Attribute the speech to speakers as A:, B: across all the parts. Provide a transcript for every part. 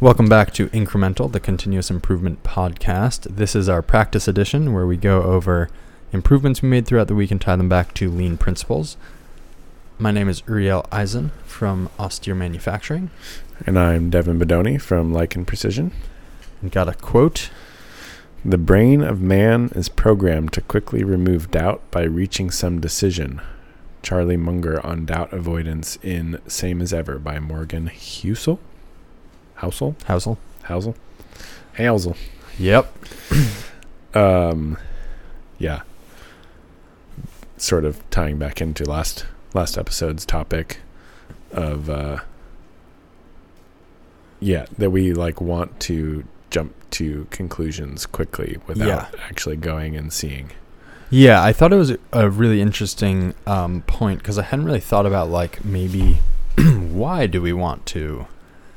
A: Welcome back to Incremental, the continuous improvement podcast. This is our practice edition where we go over improvements we made throughout the week and tie them back to lean principles. My name is Uriel Eisen from Austere Manufacturing.
B: And I'm Devin Bedoni from Lycan Precision.
A: And got a quote
B: The brain of man is programmed to quickly remove doubt by reaching some decision. Charlie Munger on doubt avoidance in Same as Ever by Morgan Housel. Housel?
A: Housel.
B: Housel? Housel.
A: Yep.
B: Um, yeah. Sort of tying back into last last episode's topic of uh, yeah that we like want to jump to conclusions quickly without
A: Yeah.
B: actually going and seeing.
A: Yeah, I thought it was a really interesting um, point because I hadn't really thought about like maybe why do we want to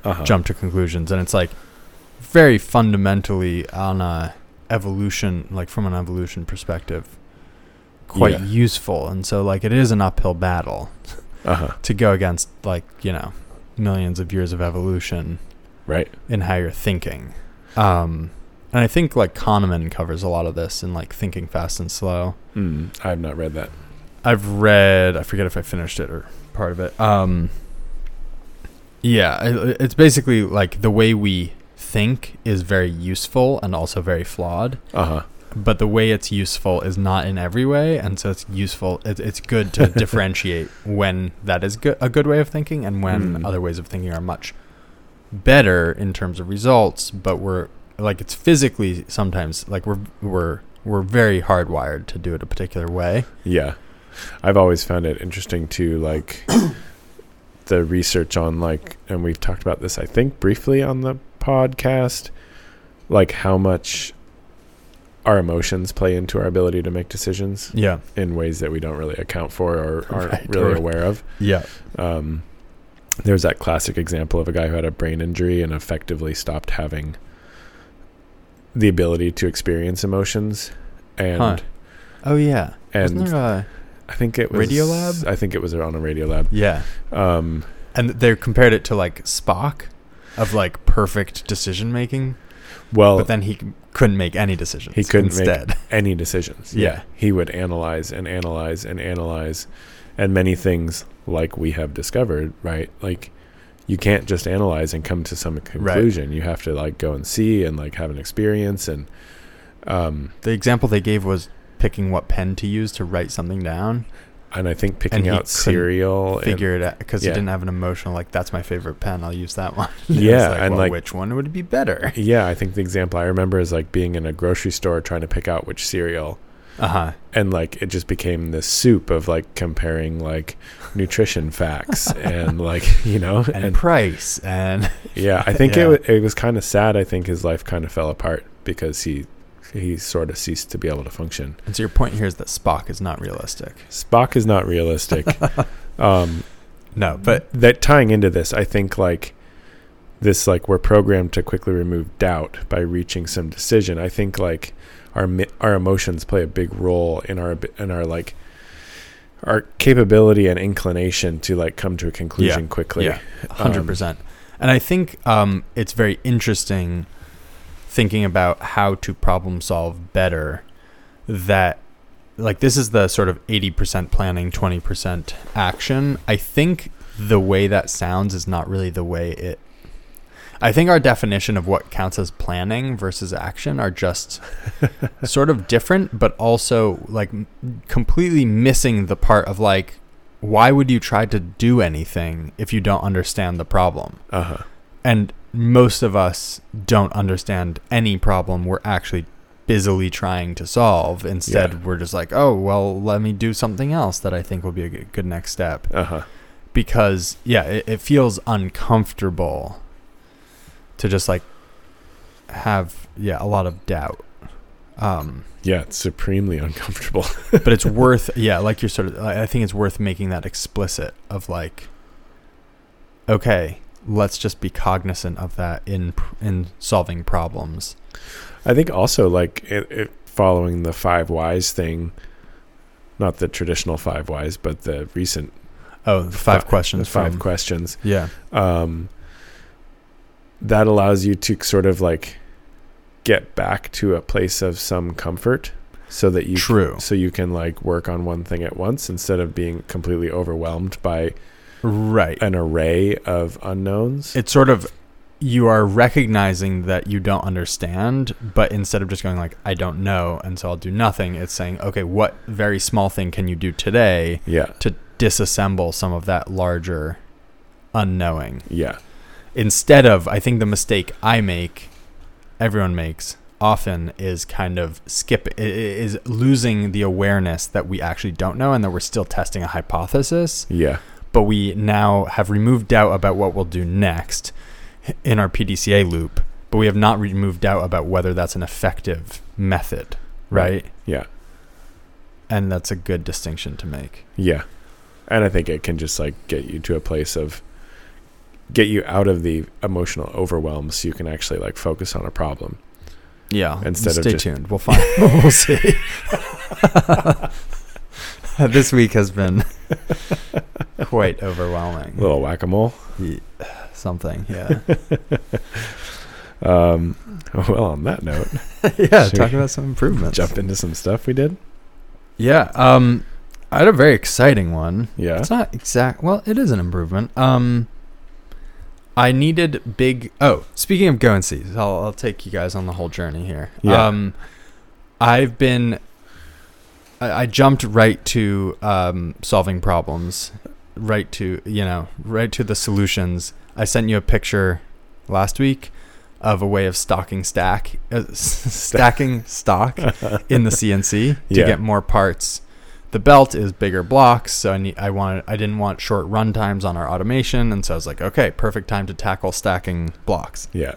B: Uh-huh.
A: jump to conclusions and it's like very fundamentally on a evolution like from an evolution perspective quite
B: Yeah.
A: useful and so like it is an uphill battle
B: Uh huh.
A: to go against like you know millions of years of evolution
B: Right.
A: in how you're thinking um and i think like kahneman covers a lot of this in like thinking fast and slow
B: Mm, I've not read that.
A: I've read. I forget if I finished it or part of it. Um, yeah, i- it's basically like the way we think is very useful and also very flawed.
B: Uh huh.
A: But the way it's useful is not in every way, and so it's useful. It, it's good to differentiate when that is good, a good way of thinking and when
B: Mm.
A: other ways of thinking are much better in terms of results. But we're like it's physically sometimes like we're we're we're very hardwired to do it a particular way.
B: Yeah. I've always found it interesting to like the research on like and we've talked about this I think briefly on the podcast like how much our emotions play into our ability to make decisions
A: Yeah.
B: in ways that we don't really account for or aren't
A: Right,
B: really
A: or-
B: aware of.
A: Yeah.
B: Um there's that classic example of a guy who had a brain injury and effectively stopped having the ability to experience emotions and
A: Huh. Oh yeah.
B: and
A: Wasn't there a
B: I think it was
A: Radiolab?
B: I think it was on a Radiolab.
A: yeah?
B: Um,
A: And they compared it to like Spock, of like perfect decision making,
B: well,
A: but then he c- couldn't make any decisions.
B: He couldn't make-
A: instead.
B: any decisions.
A: Yeah.
B: he would analyze and analyze and analyze, and many things like we have discovered, right? Like, you can't just analyze and come to some conclusion. You have to like go and see and like have an experience and, um,
A: The example they gave was picking what pen to use to write something down,
B: and I think picking
A: he
B: out
A: couldn't
B: cereal and
A: figure it out because
B: yeah.
A: he didn't have an emotional like that's my favorite pen. I'll use that one.
B: Yeah,
A: it's like,
B: and,
A: well,
B: like-
A: which one would be better?
B: yeah, I think the example I remember is like being in a grocery store trying to pick out which cereal
A: Uh huh.
B: and like it just became this soup of like comparing like nutrition facts and like you know
A: And,
B: and,
A: price and
B: yeah i think
A: Yeah.
B: it it, it was kind of sad i think his life kind of fell apart because he he sort of ceased to be able to function
A: and so your point here is that Spock is not realistic.
B: spock is not realistic um
A: No, but
B: that tying into this i think like this like we're programmed to quickly remove doubt by reaching some decision i think like our mi- our emotions play a big role in our ab- in our like our capability and inclination to like come to a conclusion quickly
A: Yeah. hundred percent. And I think um, it's very interesting thinking about how to problem solve better. That like this is the sort of eighty percent planning, twenty percent action. I think the way that sounds is not really the way it. I think our definition of what counts as planning versus action are just sort of different, but also like m- completely missing the part of like, why would you try to do anything if you don't understand the problem?
B: uh-huh
A: And most of us don't understand any problem we're actually busily trying to solve. Instead,
B: Yeah.
A: we're just like, oh, well, let me do something else that I think will be a g- good next step.
B: uh-huh
A: Because, yeah, it, it feels uncomfortable to just like have, yeah, a lot of doubt. Um,
B: yeah it's supremely uncomfortable
A: but it's worth yeah like you're sort of i I think it's worth making that explicit of like okay let's just be cognizant of that in pr- in solving problems
B: I think also like it, it following the five whys thing, not the traditional five whys, but the recent
A: oh the five
B: Fi- the
A: questions
B: five
A: from-
B: questions.
A: yeah
B: Um, that allows you to sort of like get back to a place of some comfort so that you
A: True.
B: so you can like work on one thing at once instead of being completely overwhelmed by
A: Right.
B: an array of unknowns.
A: it's sort of you are recognizing that you don't understand, but instead of just going like I don't know and so I'll do nothing, it's saying okay, what very small thing can you do today
B: yeah.
A: to disassemble some of that larger unknowing?
B: Yeah.
A: Instead of I think the mistake I make, everyone makes often is kind of skip i- i- is losing the awareness that we actually don't know and that we're still testing a hypothesis
B: Yeah.
A: but we now have removed doubt about what we'll do next in our PDCA loop, but we have not removed doubt about whether that's an effective method, right?
B: Yeah.
A: And that's a good distinction to make.
B: Yeah. And I think it can just like get you to a place of get you out of the emotional overwhelm so you can actually like focus on a problem.
A: Yeah.
B: Instead of
A: stay
B: just-
A: tuned. We'll find. we'll see. this week has been quite overwhelming.
B: little whack-a-mole.
A: Something. Yeah.
B: Um well, on that note,
A: yeah.
B: Should
A: Talk
B: we
A: about some improvements.
B: jump into some stuff we did.
A: Yeah. Um, I had a very exciting one.
B: Yeah.
A: It's not exact. Well, it is an improvement. Um, I needed big. Oh, speaking of go and sees, I'll, I'll take you guys on the whole journey here.
B: Yeah.
A: Um, I've been. I, I jumped right to um, solving problems, right to you know, right to the solutions. I sent you a picture last week of a way of stocking stack, uh, stacking stock in the CNC to
B: Yeah.
A: get more parts. The belt is bigger blocks, so I need, I wanted I didn't want short run times on our automation, and so I was like, okay, perfect time to tackle stacking blocks.
B: Yeah.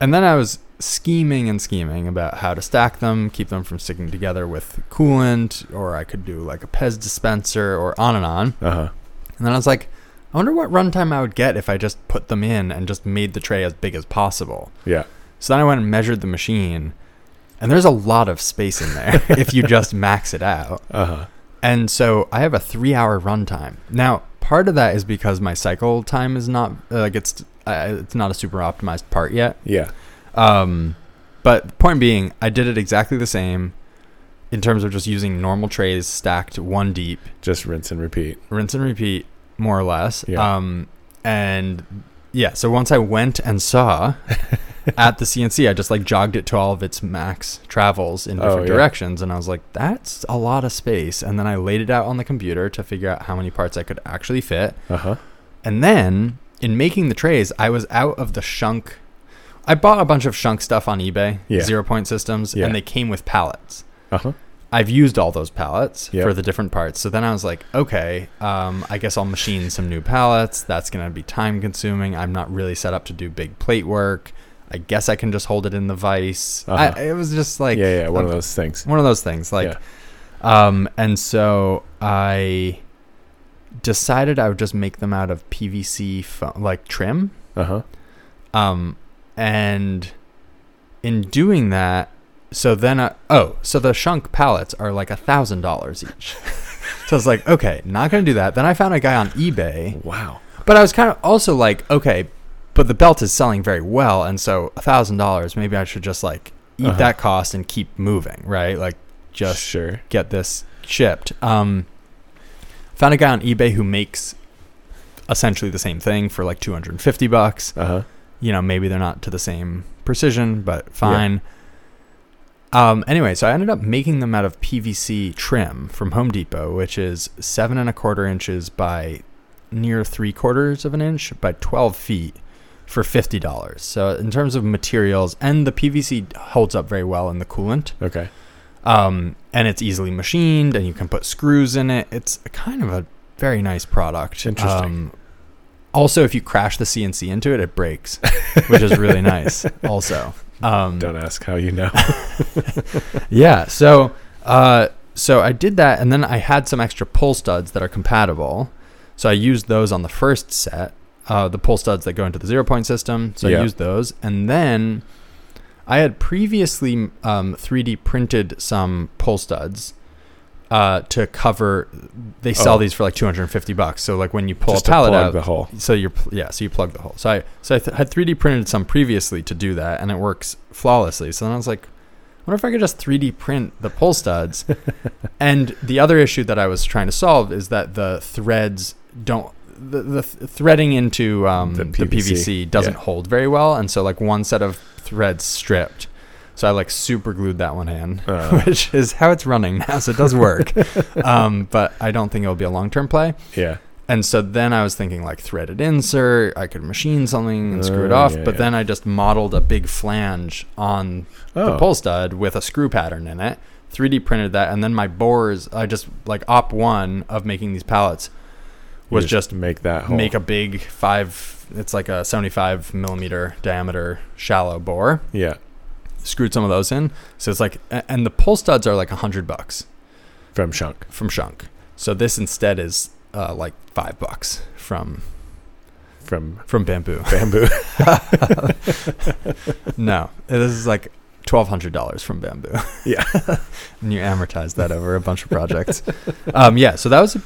A: And then I was scheming and scheming about how to stack them, keep them from sticking together with coolant, or I could do like a Pez dispenser, or on and on.
B: Uh-huh.
A: And then I was like, I wonder what runtime I would get if I just put them in and just made the tray as big as possible.
B: Yeah.
A: So then I went and measured the machine, and there's a lot of space in there if you just max it out.
B: Uh-huh.
A: And so I have a three hour runtime. Now, part of that is because my cycle time is not uh, like it's uh, it's not a super optimized part yet.
B: Yeah.
A: Um, but point being, I did it exactly the same in terms of just using normal trays stacked one deep
B: Just rinse and repeat.
A: rinse and repeat more or less
B: Yeah.
A: um and yeah so once i went and saw at the cnc i just like jogged it to all of its max travels in
B: Oh,
A: different
B: yeah.
A: directions and i was like that's a lot of space and then i laid it out on the computer to figure out how many parts i could actually fit
B: Uh-huh.
A: and then in making the trays i was out of the shunk i bought a bunch of shunk stuff on ebay
B: Yeah.
A: zero point systems
B: Yeah.
A: and they came with pallets
B: Uh-huh.
A: I've used all those pallets
B: Yep.
A: for the different parts. So then I was like, okay, um, I guess I'll machine some new pallets. That's going to be time consuming. I'm not really set up to do big plate work. I guess I can just hold it in the vise.
B: Uh-huh.
A: I, it was just like
B: yeah, yeah, one
A: um,
B: of those things.
A: one of those things. Like, um, and so I decided I would just make them out of PVC fo- like trim.
B: Uh-huh.
A: Um, and in doing that, so then I, oh, so the shunk pallets are like a thousand dollars each. so I was like, okay, not gonna do that. Then I found a guy on eBay,
B: Wow.
A: but I was kind of also like, okay, but the belt is selling very well, and so a thousand dollars, maybe I should just like eat
B: Uh-huh.
A: that cost and keep moving, right? Like just
B: sure.
A: get this shipped. Um, found a guy on eBay who makes essentially the same thing for like 250 bucks
B: Uh-huh.
A: you know, maybe they're not to the same precision, but fine. Um, anyway, so I ended up making them out of PVC trim from Home Depot, which is seven and a quarter inches by near three quarters of an inch by 12 feet for $50. So, in terms of materials, and the PVC holds up very well in the coolant,
B: Okay.
A: um, and it's easily machined, and you can put screws in it. It's kind of a very nice product.
B: Interesting.
A: Um, also, if you crash the CNC into it, it breaks, which is really nice. Also, um,
B: Don't ask how you know.
A: yeah. So, uh, so I did that, and then I had some extra pull studs that are compatible. So I used those on the first set, uh, the pull studs that go into the zero point system. So
B: Yeah.
A: I used those, and then I had previously um, 3D printed some pull studs. uh, to cover. They sell
B: Oh.
A: these for like 250 bucks. So like when you pull a
B: just to
A: pallet
B: plug
A: out,
B: the hole.
A: so you're pl- yeah, so you plug the hole. So I so I th- had 3D printed some previously to do that, and it works flawlessly. So then I was like, wonder if I could just 3D print the pull studs. and the other issue that I was trying to solve is that the threads don't. The, the th- threading into um, the,
B: The
A: PVC.
B: PVC,
A: doesn't
B: yeah.
A: hold very well, and so like one set of threads stripped. So I like super glued that one in,
B: Uh.
A: which is how it's running now. So it does work, um, but I don't think it'll be a long term play.
B: Yeah.
A: And so then I was thinking like threaded insert, I could machine something and screw it
B: Oh,
A: off.
B: yeah,
A: but
B: yeah.
A: then I just modeled a big flange on the
B: Oh.
A: pole stud with a screw pattern in it, 3D printed that. And then my bores, I just like op one of making these pallets
B: You
A: was just
B: make that hole.
A: make a big five, it's like a 75 millimeter diameter shallow bore.
B: yeah.
A: Screwed some of those in. So it's like, a- and the pole studs are like a hundred bucks
B: From Shunk.
A: from Shunk. So this instead is uh, like five bucks from
B: From
A: from bamboo.
B: bamboo.
A: No, this is like twelve hundred dollars from bamboo.
B: Yeah.
A: and you amortize that over a bunch of projects. um, yeah, so that was, a,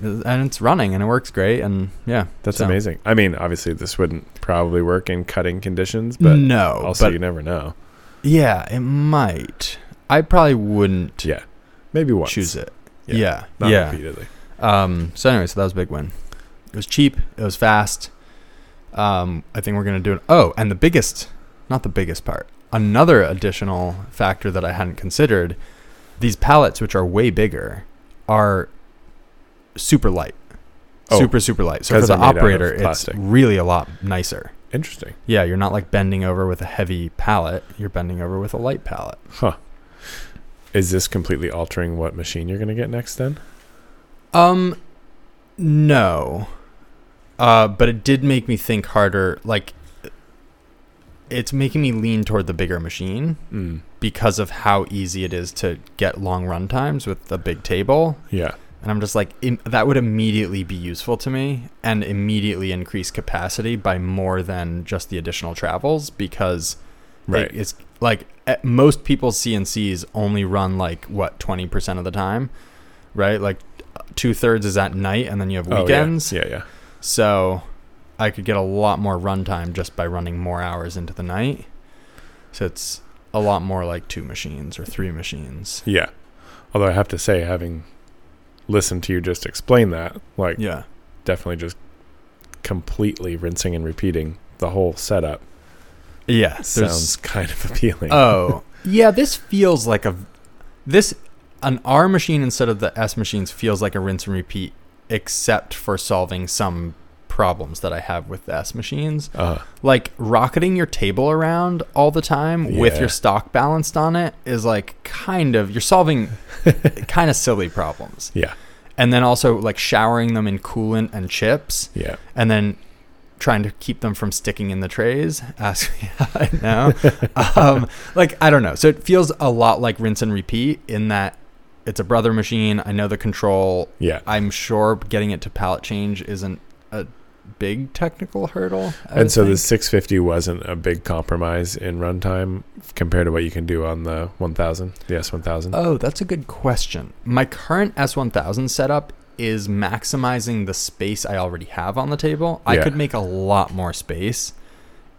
A: and it's running and it works great and yeah,
B: That's
A: So-
B: amazing. I mean, obviously this wouldn't probably work in cutting conditions, but
A: no,
B: also
A: Mm. but
B: you never know.
A: yeah, it might. I probably wouldn't
B: Yeah. Maybe once.
A: choose it.
B: Yeah,
A: Yeah,
B: Not
A: yeah.
B: repeatedly.
A: Um, so anyway, so that was a big win. It was cheap. It was fast. Um, I think we're gonna do it. Oh, and the biggest, not the biggest part, another additional factor that I hadn't considered: these pallets, which are way bigger, are super light,
B: Oh,
A: super super light. So
B: 'cause
A: for the
B: they're made out of
A: operator, it's
B: plastic.
A: really a lot nicer.
B: Interesting.
A: Yeah, you're not like bending over with a heavy pallet. You're bending over with a light pallet.
B: Huh. Is this completely altering what machine you're going to get next then?
A: Um, no. Uh, but it did make me think harder. Like, it's making me lean toward the bigger machine
B: Mm.
A: because of how easy it is to get long run times with a big table.
B: Yeah.
A: And I'm just like, im- that would immediately be useful to me and immediately increase capacity by more than just the additional travels because it-
B: Right.
A: it's like at most people's CNCs only run like what 20% of the time, right? Like two thirds is at night and then you have
B: Oh, yeah.
A: weekends.
B: yeah. Yeah.
A: So I could get a lot more runtime just by running more hours into the night. So it's a lot more like two machines or three machines.
B: Yeah. Although I have to say, having listened to you just explain that, like
A: Yeah.
B: definitely just completely rinsing and repeating the whole setup
A: Yeah. There's
B: sounds kind of appealing.
A: Oh, yeah. This feels like a this an R machine instead of the S machines feels like a rinse and repeat, except for solving some problems that I have with the S machines.
B: Uh,
A: Like rocketing your table around all the time with
B: Yeah.
A: your stock balanced on it is like kind of you're solving kind of silly problems.
B: yeah.
A: And then also like showering them in coolant and chips
B: Yeah.
A: and then trying to keep them from sticking in the trays. Ask me how I know. um, like I don't know. So it feels a lot like rinse and repeat in that it's a brother machine. I know the control.
B: Yeah.
A: I'm sure getting it to pallet change isn't a big technical hurdle. I would
B: and so the
A: think.
B: 650 wasn't a big compromise in runtime compared to what you can do on the 1000, the S1000.
A: Oh, that's a good question. My current S1000 setup is maximizing the space I already have on the table. I
B: Yeah.
A: could make a lot more space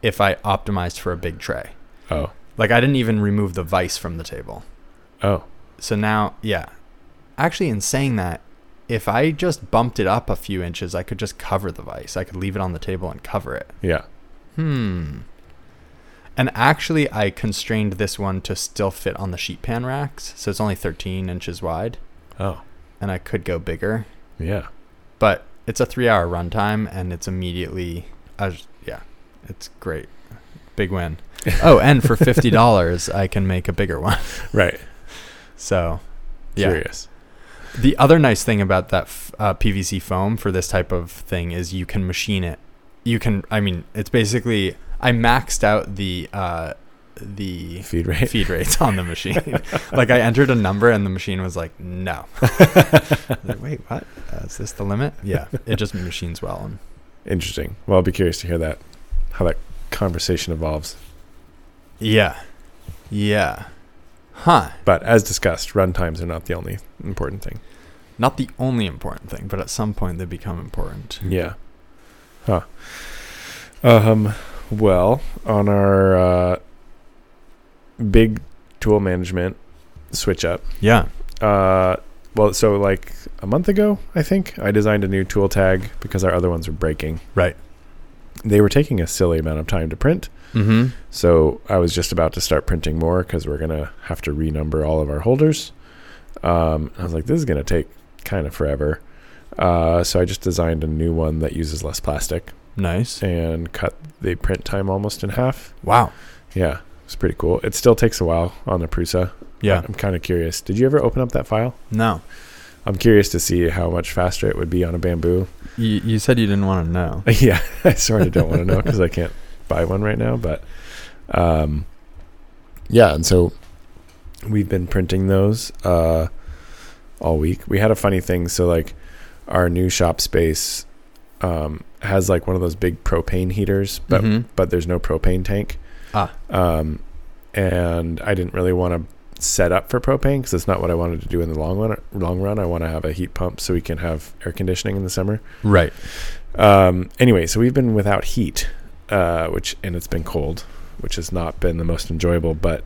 A: if I optimized for a big tray.
B: oh.
A: Like I didn't even remove the vice from the table.
B: Oh.
A: So now, yeah. Actually, in saying that, if I just bumped it up a few inches, I could just cover the vice. I could leave it on the table and cover it.
B: Yeah.
A: Hmm. And actually, I constrained this one to still fit on the sheet pan racks, so it's only 13 inches wide,
B: Oh.
A: and I could go bigger,
B: Yeah.
A: but it's a three-hour runtime, and it's immediately, I was- yeah, it's great, big win. Oh, and for fifty dollars, I can make a bigger one.
B: Right.
A: So, yeah.
B: Curious.
A: The other nice thing about that f- uh, PVC foam for this type of thing is you can machine it. You can, I mean, it's basically I maxed out the uh, the
B: Feed rate.
A: feed rates on the machine. like I entered a number and the machine was like, no. I was like, Wait, what? Uh, is this the limit? Yeah, it just machines well. And
B: Interesting. Well, I'll be curious to hear that, how that conversation evolves.
A: yeah, yeah, Huh.
B: But as discussed, run times are not the only important thing.
A: Not the only important thing, but at some point they become important.
B: Yeah. Huh. Um, well, on our uh, big tool management switch up,
A: Yeah.
B: uh, well, so like a month ago, I think I designed a new tool tag because our other ones were breaking.
A: Right.
B: They were taking a silly amount of time to print,
A: Mm-hmm.
B: so I was just about to start printing more because we're gonna have to renumber all of our holders. Um, I was like, this is gonna take kind of forever. Uh, so I just designed a new one that uses less plastic
A: Nice.
B: and cut the print time almost in half.
A: Wow.
B: Yeah, it's pretty cool. It still takes a while on the Prusa.
A: Yeah.
B: I'm kind of curious. Did you ever open up that file?
A: No.
B: I'm curious to see how much faster it would be on a bamboo.
A: You, you said you didn't want to know.
B: yeah, I sort of don't want to know because I can't buy one right now. But um, yeah, and so we've been printing those uh, all week. We had a funny thing. So like our new shop space um, has like one of those big propane heaters, but
A: Mhm.
B: but there's no propane tank.
A: Ah.
B: Um, and I didn't really want to set up for propane because it's not what I wanted to do in the long run. Long run, I want to have a heat pump so we can have air conditioning in the summer.
A: Right.
B: Um, anyway, so we've been without heat, uh, which and it's been cold, which has not been the most enjoyable. But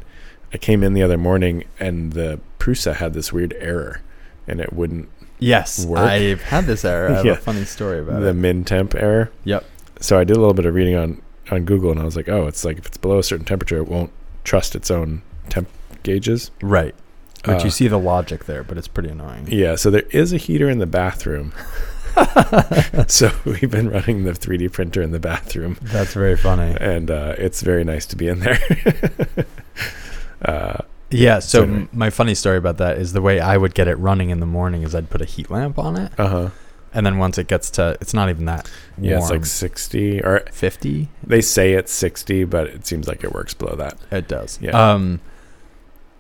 B: I came in the other morning and the Prusa had this weird error, and it wouldn't
A: Yes.
B: Work.
A: I've had this error. I have
B: Yeah.
A: a funny story about
B: the
A: it.
B: min temp error.
A: Yep.
B: So I did a little bit of reading on on Google, and I was like, oh, it's like if it's below a certain temperature, it won't trust its own temp gauges.
A: Right. But
B: Uh,
A: you see the logic there, but it's pretty annoying.
B: Yeah, so there is a heater in the bathroom. so we've been running the 3D printer in the bathroom,
A: That's very funny.
B: and uh, it's very nice to be in there. uh,
A: Yeah. So
B: Anyway.
A: m- my funny story about that is the way I would get it running in the morning is I'd put a heat lamp on it,
B: uh huh.
A: and then once it gets to, it's not even that. Warm,
B: Yeah, it's like 60, or
A: fifty.
B: they say it's 60, but it seems like it works below that.
A: It does.
B: Yeah.
A: Um,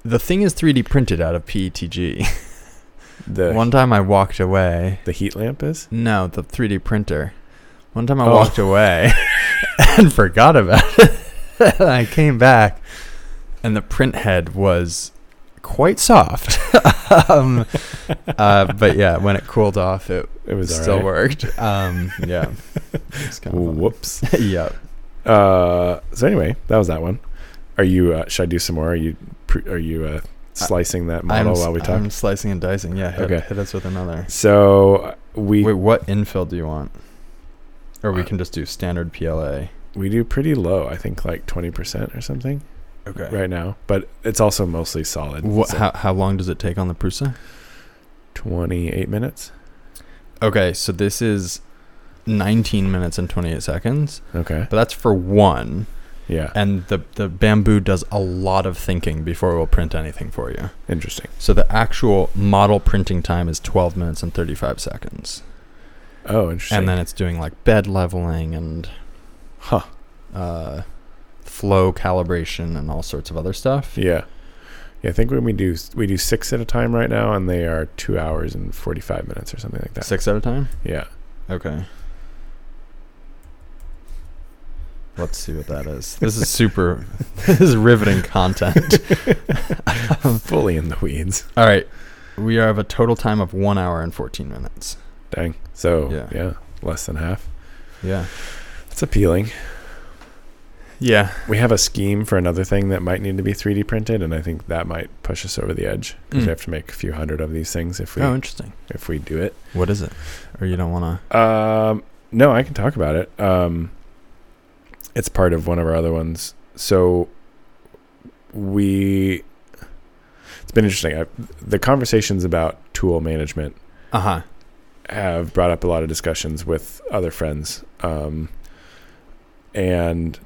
A: the thing is 3D printed out of PETG.
B: The
A: One time I walked away.
B: the heat lamp is.
A: No, the 3D printer. One time I
B: Oh.
A: walked away and forgot about it. And I came back, and the print head was quite soft. um, uh, but yeah, when it cooled off, it
B: It was
A: still
B: alright.
A: worked. Um, yeah. It's kind of funny.
B: Whoops.
A: yeah.
B: Uh, so anyway, that was that one. Are you? Uh, should I do some more? Are you? Pre- are you uh, slicing that model
A: I'm,
B: while we talk?
A: I'm slicing and dicing. Yeah. Hit,
B: Okay.
A: hit us with another.
B: so uh, we
A: Wait, what infill do you want? Or we
B: Uh,
A: can just do standard PLA.
B: we do pretty low. I think like twenty percent or something
A: Okay.
B: right now. But it's also mostly solid.
A: What,
B: so
A: how, how long does it take on the Prusa?
B: Twenty-eight minutes.
A: Okay, so this is 19 minutes and 28 seconds,
B: Okay.
A: but that's for one.
B: Yeah.
A: And the, the bamboo does a lot of thinking before it will print anything for you.
B: Interesting.
A: So the actual model printing time is 12 minutes and 35 seconds.
B: Oh, interesting.
A: And then it's doing like bed leveling and
B: huh?
A: uh, flow calibration and all sorts of other stuff.
B: Yeah. Yeah, I think when we do we do six at a time right now, and they are two hours and forty-five minutes or something like that.
A: Six at a time?
B: Yeah.
A: Okay. Let's see what that is. This is super. this is riveting content.
B: Fully in the weeds.
A: All right, we have a total time of one hour and fourteen minutes.
B: Dang. So
A: Yeah.
B: yeah, less than half.
A: Yeah.
B: It's appealing.
A: Yeah.
B: We have a scheme for another thing that might need to be 3D printed, and I think that might push us over the edge because
A: Mm.
B: we have to make a few hundred of these things if we
A: Oh, interesting.
B: if we do it.
A: What is it? Or you don't want
B: Um, no, I can talk about it. Um, it's part of one of our other ones. So we, it's been interesting. I, the conversations about tool management
A: to? Uh huh.
B: have brought up a lot of discussions with other friends, um, and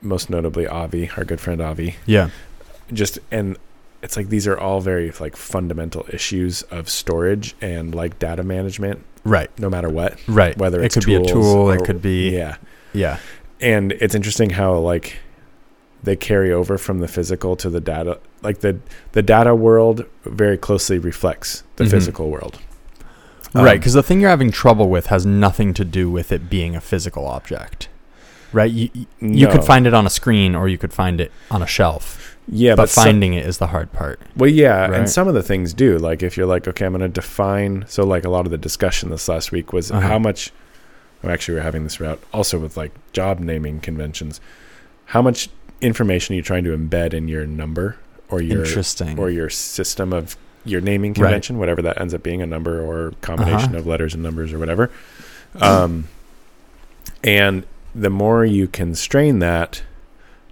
B: most notably Avi, our good friend Avi.
A: Yeah.
B: just and it's like these are all very like fundamental issues of storage and like data management
A: Right.
B: no matter what
A: Right.
B: whether
A: it
B: it's
A: could be a
B: tools
A: tool, it
B: or-
A: could be yeah.
B: yeah and it's interesting how like they carry over from the physical to the data like the the data world very closely reflects the
A: Mhm.
B: physical world Um,
A: right. Because the thing you're having trouble with has nothing to do with it being a physical object. Right. You you you
B: no.
A: could find it on a screen, or you could find it on a shelf.
B: yeah,
A: but,
B: but, some-
A: finding it is the hard part.
B: Well, yeah,
A: Right.
B: and some of the things do. Like if you're like, okay, I'm going to define. So like a lot of the discussion this last week was
A: Uh-huh.
B: how much. Well, actually, we're having this route also with like job naming conventions. How much information are you trying to embed in your number or your
A: Interesting.
B: or your system of your naming
A: Right.
B: convention, whatever that ends up being, a number or combination
A: Uh-huh.
B: of letters and numbers or whatever. Um, and the more you constrain that,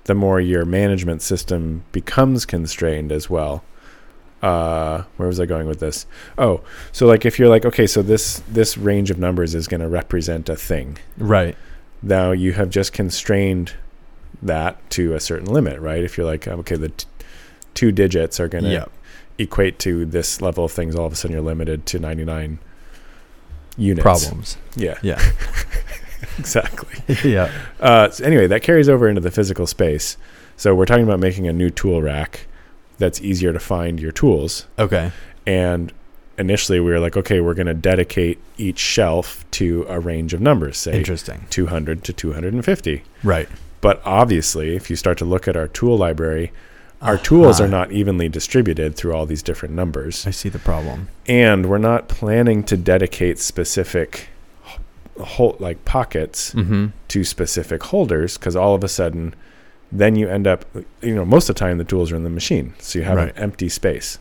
B: the more your management system becomes constrained as well. Uh, where was I going with this? Oh, so like if you're like, okay, so this this range of numbers is going to represent a thing.
A: right.
B: Now you have just constrained that to a certain limit, right? If you're like, um, okay, the t- two digits are going to
A: Yeah.
B: equate to this level of things, all of a sudden you're limited to 99 units.
A: Problems.
B: Yeah.
A: Yeah.
B: exactly.
A: yeah.
B: Uh, so anyway, that carries over into the physical space. So we're talking about making a new tool rack that's easier to find your tools.
A: Okay.
B: And initially we were like, okay, we're going to dedicate each shelf to a range of numbers, say
A: Interesting.
B: 200 to 250.
A: Right.
B: But obviously, if you start to look at our tool library, our tools are
A: Uh-huh.
B: not evenly distributed through all these different numbers.
A: I see the problem.
B: and we're not planning to dedicate specific h- hol- like pockets
A: Mm-hmm.
B: to specific holders because all of a sudden then you end up you know most of the time the tools are in the machine so you have
A: Right.
B: an empty space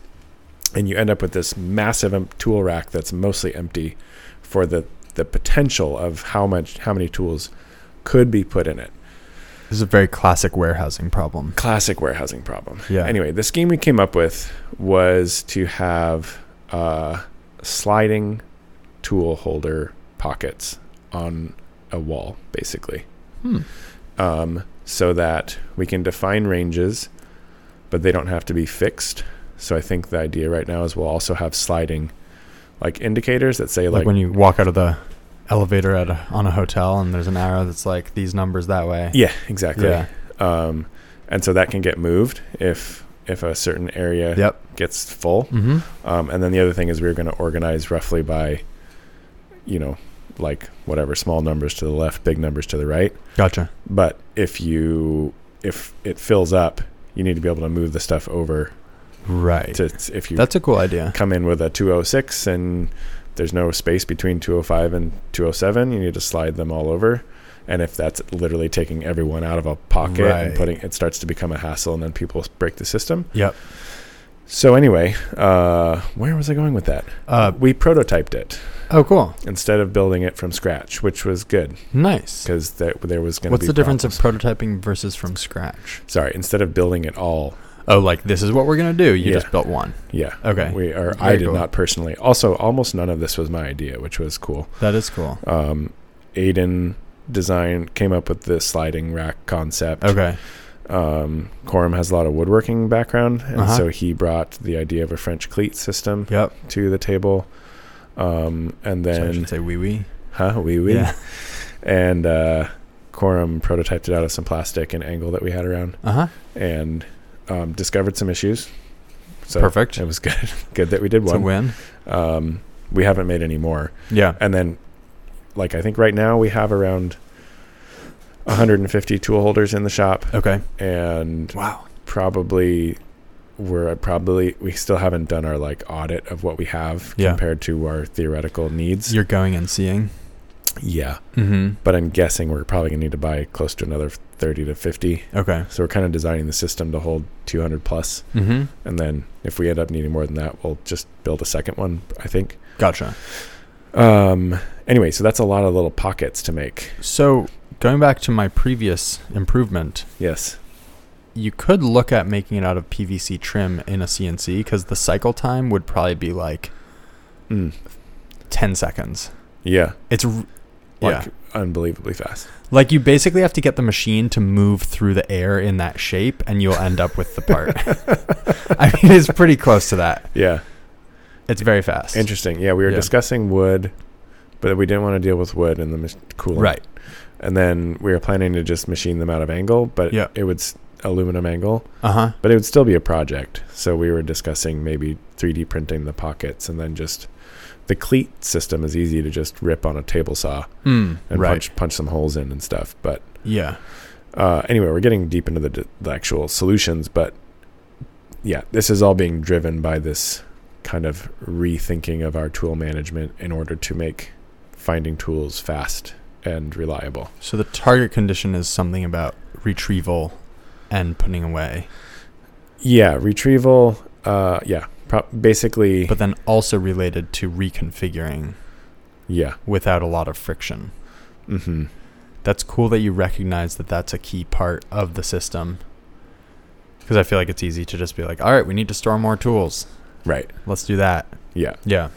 B: and you end up with this massive em- tool rack that's mostly empty for the the potential of how much how many tools could be put in it
A: This is a very classic warehousing problem.
B: classic warehousing problem
A: Yeah.
B: Anyway, the scheme we came up with was to have uh, sliding tool holder pockets on a wall, basically,
A: Hmm.
B: um, so that we can define ranges, but they don't have to be fixed. So I think the idea right now is we'll also have sliding, like indicators that say
A: Like,
B: like,
A: when you walk out of the elevator at a, on a hotel and there's an arrow that's like these numbers that way.
B: yeah, exactly.
A: Yeah.
B: Um, and so that can get moved if if a certain area
A: Yep.
B: gets full.
A: Mm-hmm.
B: Um, and then the other thing is we are going to organize roughly by, you know, like whatever small numbers to the left, big numbers to the right.
A: Gotcha.
B: But if you if it fills up, you need to be able to move the stuff over
A: Right.
B: to if you
A: That's a cool idea.
B: come in with a 206 and there's no space between 205 and 207, you need to slide them all over. And if that's literally taking everyone out of a pocket
A: Right.
B: and putting it starts to become a hassle and then people break the system.
A: Yep.
B: So anyway, uh, where was I going with that?
A: Uh,
B: we prototyped it
A: oh, cool.
B: instead of building it from scratch, which was good
A: Nice.
B: because that there was going to be.
A: What's the difference
B: problems.
A: of prototyping versus from scratch?
B: Sorry, instead of building it all,
A: Oh, like this is what we're gonna do. You
B: Yeah.
A: just built one.
B: yeah,
A: Okay,
B: we are. I
A: Very
B: did
A: cool.
B: not personally. Also, almost none of this was my idea, which was cool.
A: that is cool.
B: Um, Aiden design came up with the sliding rack concept.
A: Okay,
B: Um, Quorum has a lot of woodworking background, and
A: Uh-huh.
B: so he brought the idea of a French cleat system
A: yep.
B: to the table. Um, and
A: so I
B: then,
A: should say wee wee.
B: huh? We we.
A: Yeah.
B: and uh, Quorum prototyped it out of some plastic and angle that we had around,
A: Uh huh.
B: and um, discovered some issues. So
A: Perfect.
B: It was good. good that we did
A: It's a
B: one.
A: win.
B: Um, we haven't made any more,
A: Yeah.
B: and then, like I think right now we have around 150 tool holders in the shop,
A: Okay.
B: and
A: Wow.
B: probably we're probably we still haven't done our like audit of what we have
A: Yeah.
B: compared to our theoretical needs.
A: You're going and seeing.
B: yeah,
A: Mm
B: but I'm guessing we're probably gonna need to buy close to another 30 to 50
A: hmm. Okay.
B: So we're kind of designing the system to hold 200 plus,
A: Mm hmm.
B: and then if we end up needing more than that, we'll just build a second one. I think.
A: Gotcha.
B: Um, anyway, so that's a lot of little pockets to make.
A: So going back to my previous improvement,
B: Yes.
A: you could look at making it out of PVC trim in a CNC because the cycle time would probably be like
B: Mm.
A: 10 seconds.
B: Yeah.
A: It's r- yeah.
B: Like unbelievably fast.
A: Like you basically have to get the machine to move through the air in that shape and you'll end up with the part. I mean, it's pretty close to that.
B: Yeah.
A: It's very fast.
B: Interesting. Yeah, we were
A: Yeah.
B: discussing wood, but we didn't want to deal with wood and the mach- coolant.
A: Right.
B: And then we were planning to just machine them out of angle, but
A: Yeah.
B: it would s- aluminum angle,
A: Uh huh.
B: but it would still be a project. So we were discussing maybe 3D printing the pockets and then just the cleat system is easy to just rip on a table saw.
A: Mm,
B: and
A: right.
B: punch punch some holes in and stuff. But
A: Yeah.
B: uh, anyway, we're getting deep into the, d- the actual solutions. But yeah, this is all being driven by this kind of rethinking of our tool management in order to make finding tools fast and reliable.
A: So the target condition is something about retrieval and putting away,
B: Yeah, retrieval. Uh, yeah, pro- basically.
A: but then also related to reconfiguring
B: yeah.
A: without a lot of friction.
B: Mm-hmm.
A: That's cool that you recognize that that's a key part of the system. Because I feel like it's easy to just be like, all right, we need to store more tools.
B: Right.
A: Let's do that.
B: Yeah.
A: Yeah.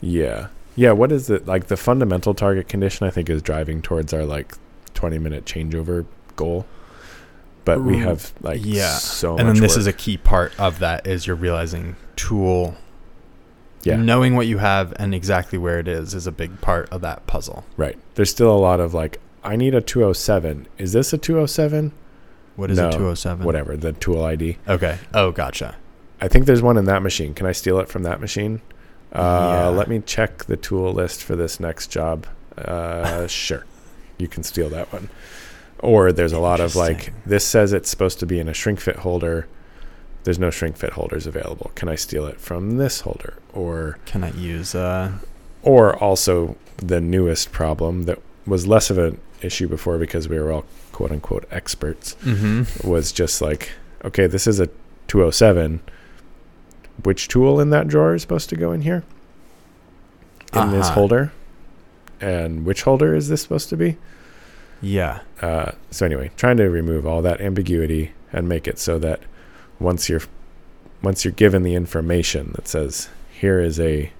B: Yeah. Yeah. What is it? Like the fundamental target condition, I think, is driving towards our like 20 minute changeover goal. But we
A: Ooh,
B: have like
A: Mm, yeah.
B: so
A: and
B: much
A: then this is a
B: work.
A: key part of that is you're realizing tool
B: yeah
A: knowing what you have and exactly where it is is a big part of that puzzle.
B: right there's still a lot of like I need a 207 is this a 207
A: What is
B: No,
A: a 207?
B: whatever the tool ID
A: Okay. Oh, gotcha.
B: I think there's one in that machine can I steal it from that machine uh,
A: Yeah.
B: let me check the tool list for this next job uh, sure you can steal that one or there's a lot of like
A: Interesting.
B: this says it's supposed to be in a shrink fit holder there's no shrink fit holders available can i steal it from this holder or
A: Can I use uh
B: or also the newest problem that was less of an issue before because we were all quote unquote experts
A: Mhm.
B: was just like okay this is a 207 which tool in that drawer is supposed to go in here in this
A: Uh-huh.
B: holder and which holder is this supposed to be
A: Yeah.
B: uh, so anyway, trying to remove all that ambiguity and make it so that once you're once you're given the information that says here is a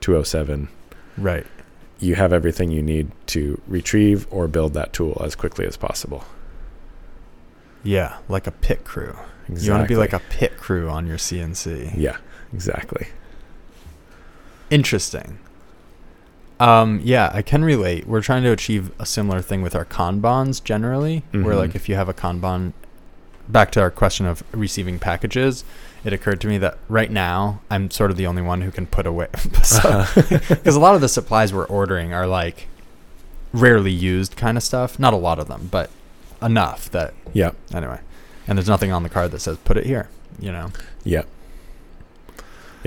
B: 207,
A: Right.
B: you have everything you need to retrieve or build that tool as quickly as possible.
A: Yeah, like a pit crew.
B: Exactly.
A: You want to be like a pit crew on your CNC.
B: yeah, exactly.
A: Interesting. Um, yeah, I can relate. We're trying to achieve a similar thing with our Kanbans generally, where
B: Mhm.
A: like if you have a Kanban, back to our question of receiving packages, it occurred to me that right now I'm sort of the only one who can put away. Because a lot of the supplies we're ordering are like rarely used kind of stuff. Not a lot of them, but enough that.
B: Yeah.
A: Anyway. And there's nothing on the card that says put it here, you know?
B: Yeah,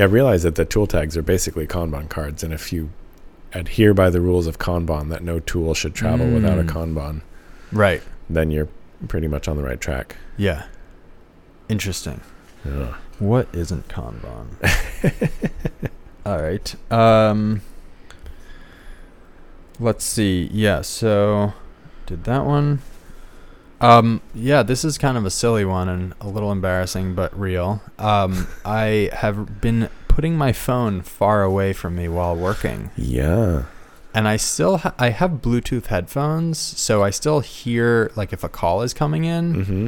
B: realize that the tool tags are basically Kanban cards, and if you adhere by the rules of Kanban that no tool should travel without a
A: Mm.
B: Kanban,
A: Right.
B: then you're pretty much on the right track.
A: Yeah. Interesting.
B: Yeah.
A: What isn't Kanban? All right. Um Let's see. Yeah, so did that one. Um yeah, this is kind of a silly one and a little embarrassing but real. Um I have been putting my phone far away from me while working
B: Yeah.
A: and I still ha- I have Bluetooth headphones, so I still hear like if a call is coming in.
B: Mm-hmm.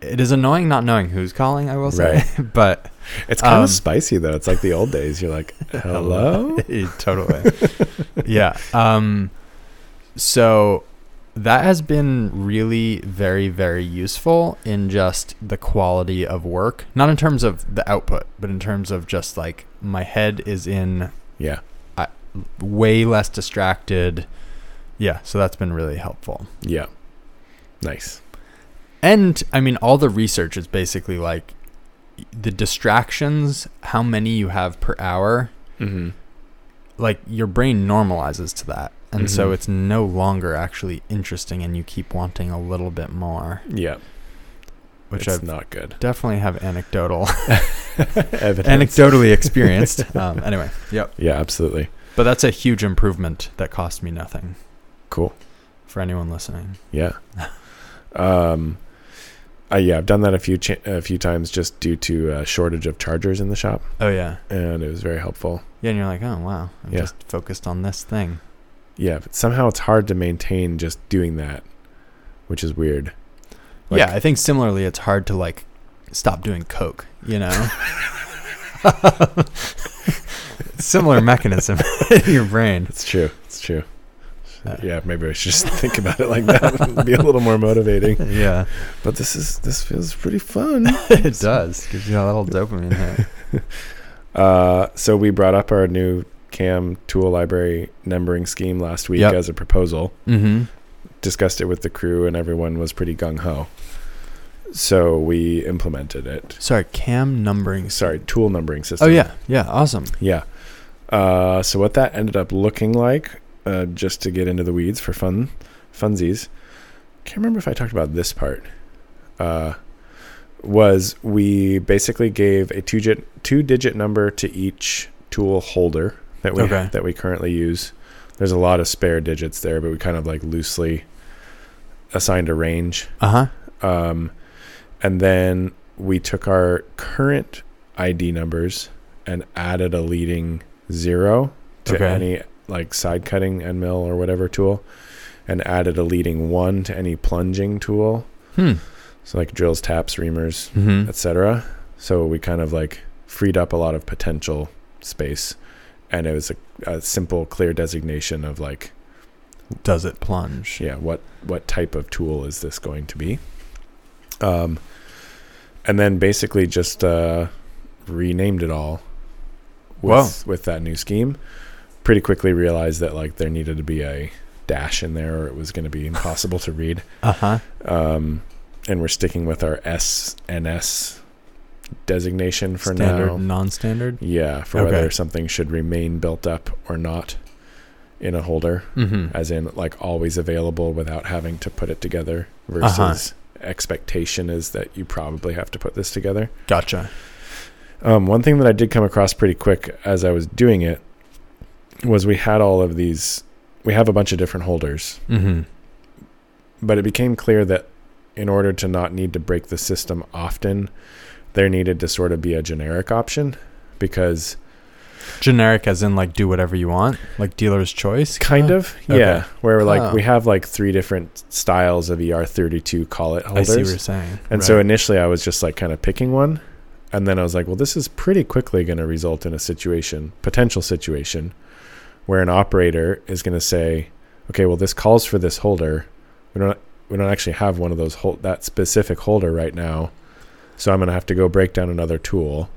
A: It is annoying not knowing who's calling, I will say, but
B: It's kind
A: Um,
B: of spicy though. It's like the old days. You're like, hello.
A: Yeah, totally. yeah. Um, so that has been really very, very useful in just the quality of work. Not in terms of the output, but in terms of just like my head is in
B: yeah,
A: way less distracted. Yeah. So that's been really helpful.
B: yeah. Nice.
A: And I mean, all the research is basically like the distractions, how many you have per hour
B: Mm-hmm.
A: like your brain normalizes to that and so
B: Mhm.
A: it's no longer actually interesting and you keep wanting a little bit more
B: Yeah,
A: which
B: it's
A: i've
B: not good.
A: definitely have anecdotal
B: Evidence.
A: anecdotally experienced um, anyway yep
B: Yeah, absolutely.
A: but that's a huge improvement that cost me nothing
B: Cool.
A: for anyone listening
B: Yeah. um, I, yeah, I've done that a few cha- a few times just due to a shortage of chargers in the shop,
A: oh yeah
B: and it was very helpful.
A: yeah and you're like oh wow i'm
B: Yeah.
A: just focused on this thing
B: Yeah, but somehow it's hard to maintain just doing that, which is weird. Like-
A: yeah i think similarly it's hard to like stop doing coke you know similar mechanism in your brain
B: It's true. It's true.
A: Uh,
B: yeah, maybe I should just think about it like that. It'd be a little more motivating.
A: yeah
B: But this is this feels pretty fun.
A: it does gives you a little dopamine hit.
B: Uh, so we brought up our new CAM tool library numbering scheme last week
A: Yep.
B: as a proposal.
A: mm-hmm.
B: Discussed it with the crew, and everyone was pretty gung ho. So we implemented it.
A: Sorry, cam numbering. s-
B: Sorry, tool numbering
A: Oh
B: system.
A: yeah, yeah, awesome.
B: Yeah. Uh, so what that ended up looking like, uh, just to get into the weeds for fun, funsies. Can't remember if I talked about this part. Uh, was we basically gave a two-digit two-digit number to each tool holder that we
A: Okay.
B: that we currently use. There's a lot of spare digits there, but we kind of like loosely assigned a range.
A: Uh huh.
B: Um, and then we took our current ID numbers and added a leading zero to
A: Okay.
B: any like side cutting end mill or whatever tool, and added a leading one to any plunging tool,
A: Hmm.
B: so like drills, taps, reamers,
A: Mm-hmm.
B: etc. So we kind of like freed up a lot of potential space, and it was a, a simple, clear designation of like,
A: Does it plunge?
B: yeah, what what type of tool is this going to be? Um, and then basically just uh, renamed it all with
A: Wow.
B: with that new scheme. Pretty quickly realized that like there needed to be a dash in there, or it was going to be impossible to read.
A: Uh huh.
B: Um, and we're sticking with our S and S designation for
A: Standard,
B: now.
A: non-standard.
B: Yeah, for
A: Okay.
B: whether something should remain built up or not in a holder
A: Mm-hmm.
B: as in like always available without having to put it together
A: Uh-huh.
B: versus expectation is that you probably have to put this together.
A: Gotcha.
B: Um, one thing that I did come across pretty quick as I was doing it was we had all of these, we have a bunch of different holders,
A: Mm-hmm.
B: but it became clear that in order to not need to break the system often, there needed to sort of be a generic option because
A: Generic, as in like do whatever you want, like dealer's choice.
B: kind of, yeah,
A: okay.
B: where we're like
A: Huh.
B: we have like three different styles of ER32 call it
A: I
B: holders.
A: see what you're saying.
B: And
A: Right.
B: so initially I was just like kind of picking one. And then I was like, well, this is pretty quickly going to result in a situation, potential situation, where an operator is going to say, okay, well, this calls for this holder. We don't, we don't actually have one of those, hol- that specific holder right now. So I'm going to have to go break down another tool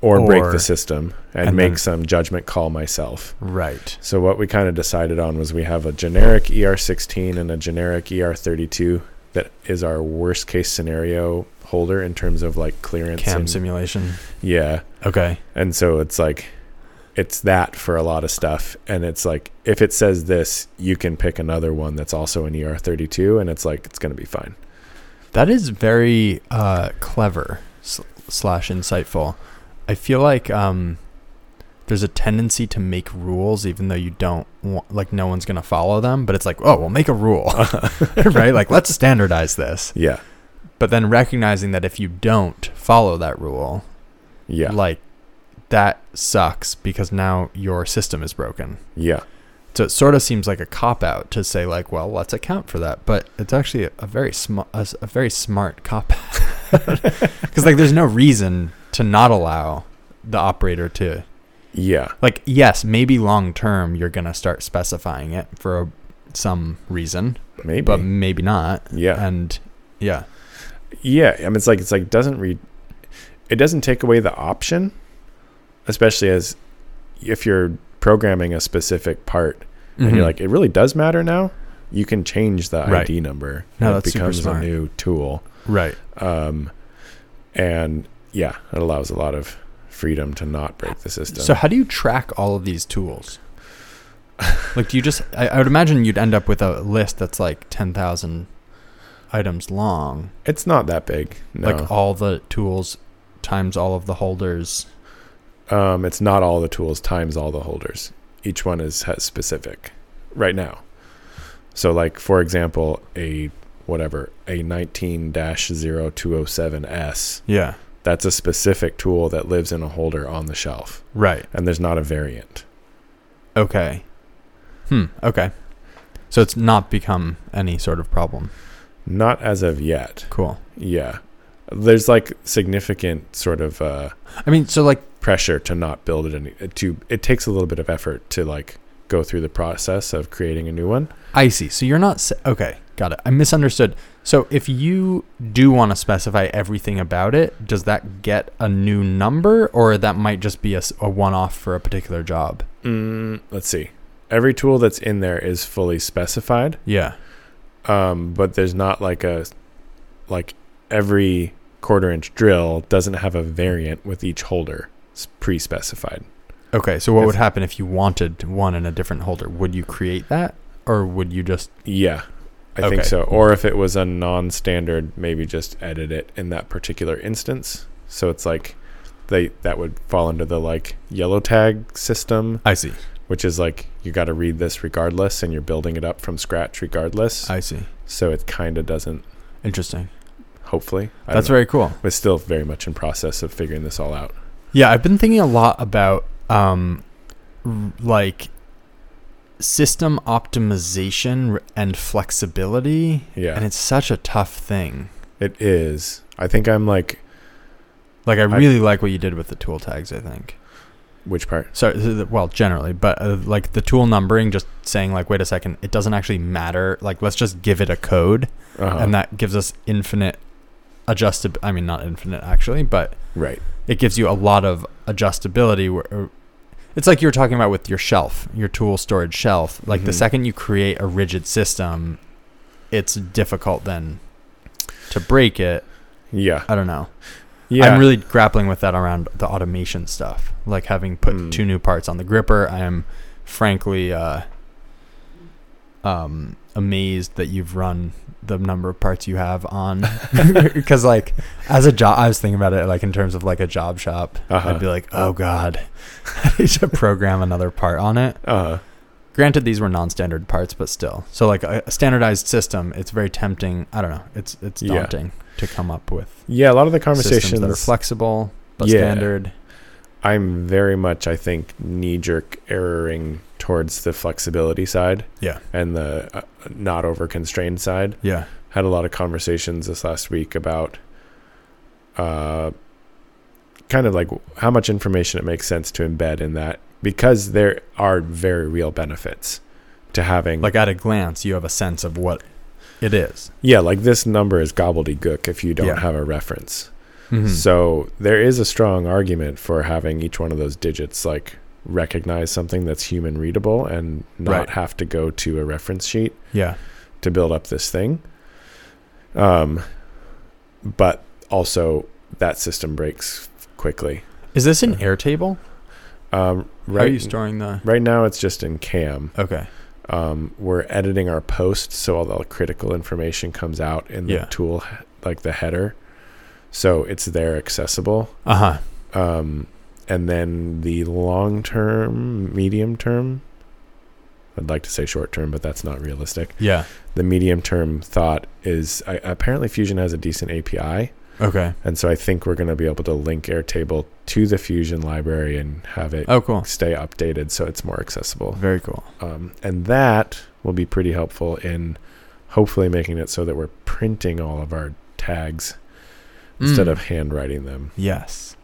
B: or, break
A: Or-
B: the system and,
A: and
B: make
A: then-
B: some judgment call myself.
A: right.
B: So what we kind of decided on was we have a generic ER16 and a generic ER32 that is our worst case scenario holder in terms of like clearance.
A: Cam
B: and-
A: simulation.
B: yeah,
A: Okay.
B: and so it's like it's that for a lot of stuff, and it's like if it says this, you can pick another one that's also an ER32, and it's like it's gonna be fine.
A: That is very uh, clever sl- slash insightful. I feel like um, there's a tendency to make rules, even though you don't want, like, no one's going to follow them. But it's like, oh, well, make a rule, right? Like, let's standardize this.
B: Yeah,
A: But then recognizing that if you don't follow that rule,
B: yeah,
A: like, that sucks because now your system is broken.
B: yeah,
A: So it sort of seems like a cop out to say like, well, let's account for that, but it's actually a, a very smart, a, s- a very smart cop out because like there's no reason to not allow the operator to
B: yeah,
A: like. Yes, maybe long term you're gonna start specifying it for a, some reason,
B: maybe,
A: but maybe not.
B: yeah.
A: And yeah,
B: Yeah, I mean, it's like it's like doesn't read. It doesn't take away the option, especially as if you're programming a specific part and
A: Mhm.
B: you're like, it really does matter now. You can change the
A: Right.
B: ID number.
A: No,
B: and it
A: that's super
B: becomes a
A: smart.
B: new tool.
A: right,
B: Um, and yeah, it allows a lot of freedom to not break the system.
A: So how do you track all of these tools? like, do you just? I, I would imagine you'd end up with a list that's like ten thousand items long,
B: it's not that big. No,
A: like all the tools times all of the holders.
B: um, it's not all the tools times all the holders. Each one is has specific right now. So like for example, a whatever, a 19-0207S,
A: Yeah.
B: that's a specific tool that lives in a holder on the shelf
A: Right.
B: and there's not a variant.
A: Okay. Hmm. Okay. So it's not become any sort of problem.
B: Not as of yet.
A: Cool.
B: Yeah. There's like significant sort of uh
A: I mean, so like,
B: pressure to not build it any to it takes a little bit of effort to like go through the process of creating a new one.
A: I see. So you're not. sa- Okay. Got it. I misunderstood. So if you do want to specify everything about it, does that get a new number, or that might just be a, s- a one-off for a particular job?
B: Mm, let's see. Every tool that's in there is fully specified,
A: Yeah.
B: um, but there's not like a like every quarter inch drill doesn't have a variant with each holder s- pre-specified.
A: Okay, so what
B: If-
A: would happen if you wanted one in a different holder? Would you create that, or would you just?
B: Yeah, I
A: Okay.
B: think so. Or if it was a non-standard, maybe just edit it in that particular instance. So it's like they that would fall under the like yellow tag system,
A: I see.
B: which is like you got to read this regardless, and you're building it up from scratch regardless.
A: I see.
B: so it kind of doesn't.
A: Interesting.
B: Hopefully, I
A: That's
B: don't know.
A: very cool.
B: We're still very much in process of figuring this all out.
A: Yeah, I've been thinking a lot about um, r- like system optimization r- and flexibility,
B: Yeah,
A: and it's such a tough thing.
B: it is. I think I'm like
A: Like, I
B: I-
A: really like what you did with the tool tags. I think.
B: which part?
A: So, th- th- well, generally, but uh, like the tool numbering, just saying like, wait a second, it doesn't actually matter. Like, let's just give it a code,
B: Uh-huh.
A: and that gives us infinite adjustab I mean, not infinite actually, but
B: right.
A: it gives you a lot of adjustability where er, it's like you were talking about with your shelf your tool storage shelf like the
B: Mhm.
A: second you create a rigid system it's difficult then to break it
B: Yeah.
A: i don't know
B: Yeah.
A: i'm really grappling with that around the automation stuff like having put
B: Mm.
A: two new parts on the gripper i am frankly uh, um, amazed that you've run the number of parts you have on because like as a job i was thinking about it like in terms of like a job shop
B: Uh-huh.
A: i'd be like oh god i need to program another part on it
B: uh,
A: granted these were non-standard parts but still so like a, a standardized system it's very tempting i don't know it's it's
B: Yeah.
A: daunting to come up with
B: yeah. A lot of the
A: systems that are
B: conversations
A: flexible but
B: Yeah.
A: standard
B: I'm very much, I think, knee jerk erroring towards the flexibility side.
A: Yeah.
B: And the uh, not over constrained side.
A: yeah
B: Had a lot of conversations this last week about uh, kind of like how much information it makes sense to embed in that because there are very real benefits to having
A: like at a glance you have a sense of what it is.
B: yeah like this number is gobbledygook if you don't
A: Yeah. Hmm.
B: have a reference Mm-hmm. So there is a strong argument for having each one of those digits like recognize something that's human readable and not
A: Right.
B: have to go to a reference sheet
A: yeah
B: to build up this thing. Um, but also that system breaks quickly.
A: is this an airtable
B: Um,
A: How are you
B: Uh, right,
A: storing the
B: right now it's just in Cam.
A: okay
B: Um, we're editing our post so all the critical information comes out in the
A: Yeah.
B: tool, like the header. So it's there accessible.
A: uh-huh
B: Um, and then the long term, medium term, I'd like to say short term, but that's not realistic.
A: yeah
B: The medium term thought is I, apparently Fusion has a decent API.
A: okay
B: And so I think we're going to be able to link Airtable to the Fusion library and have it
A: oh cool
B: stay updated so it's more accessible.
A: very cool
B: Um, and that will be pretty helpful in hopefully making it so that we're printing all of our tags instead
A: Mm.
B: of handwriting them.
A: yes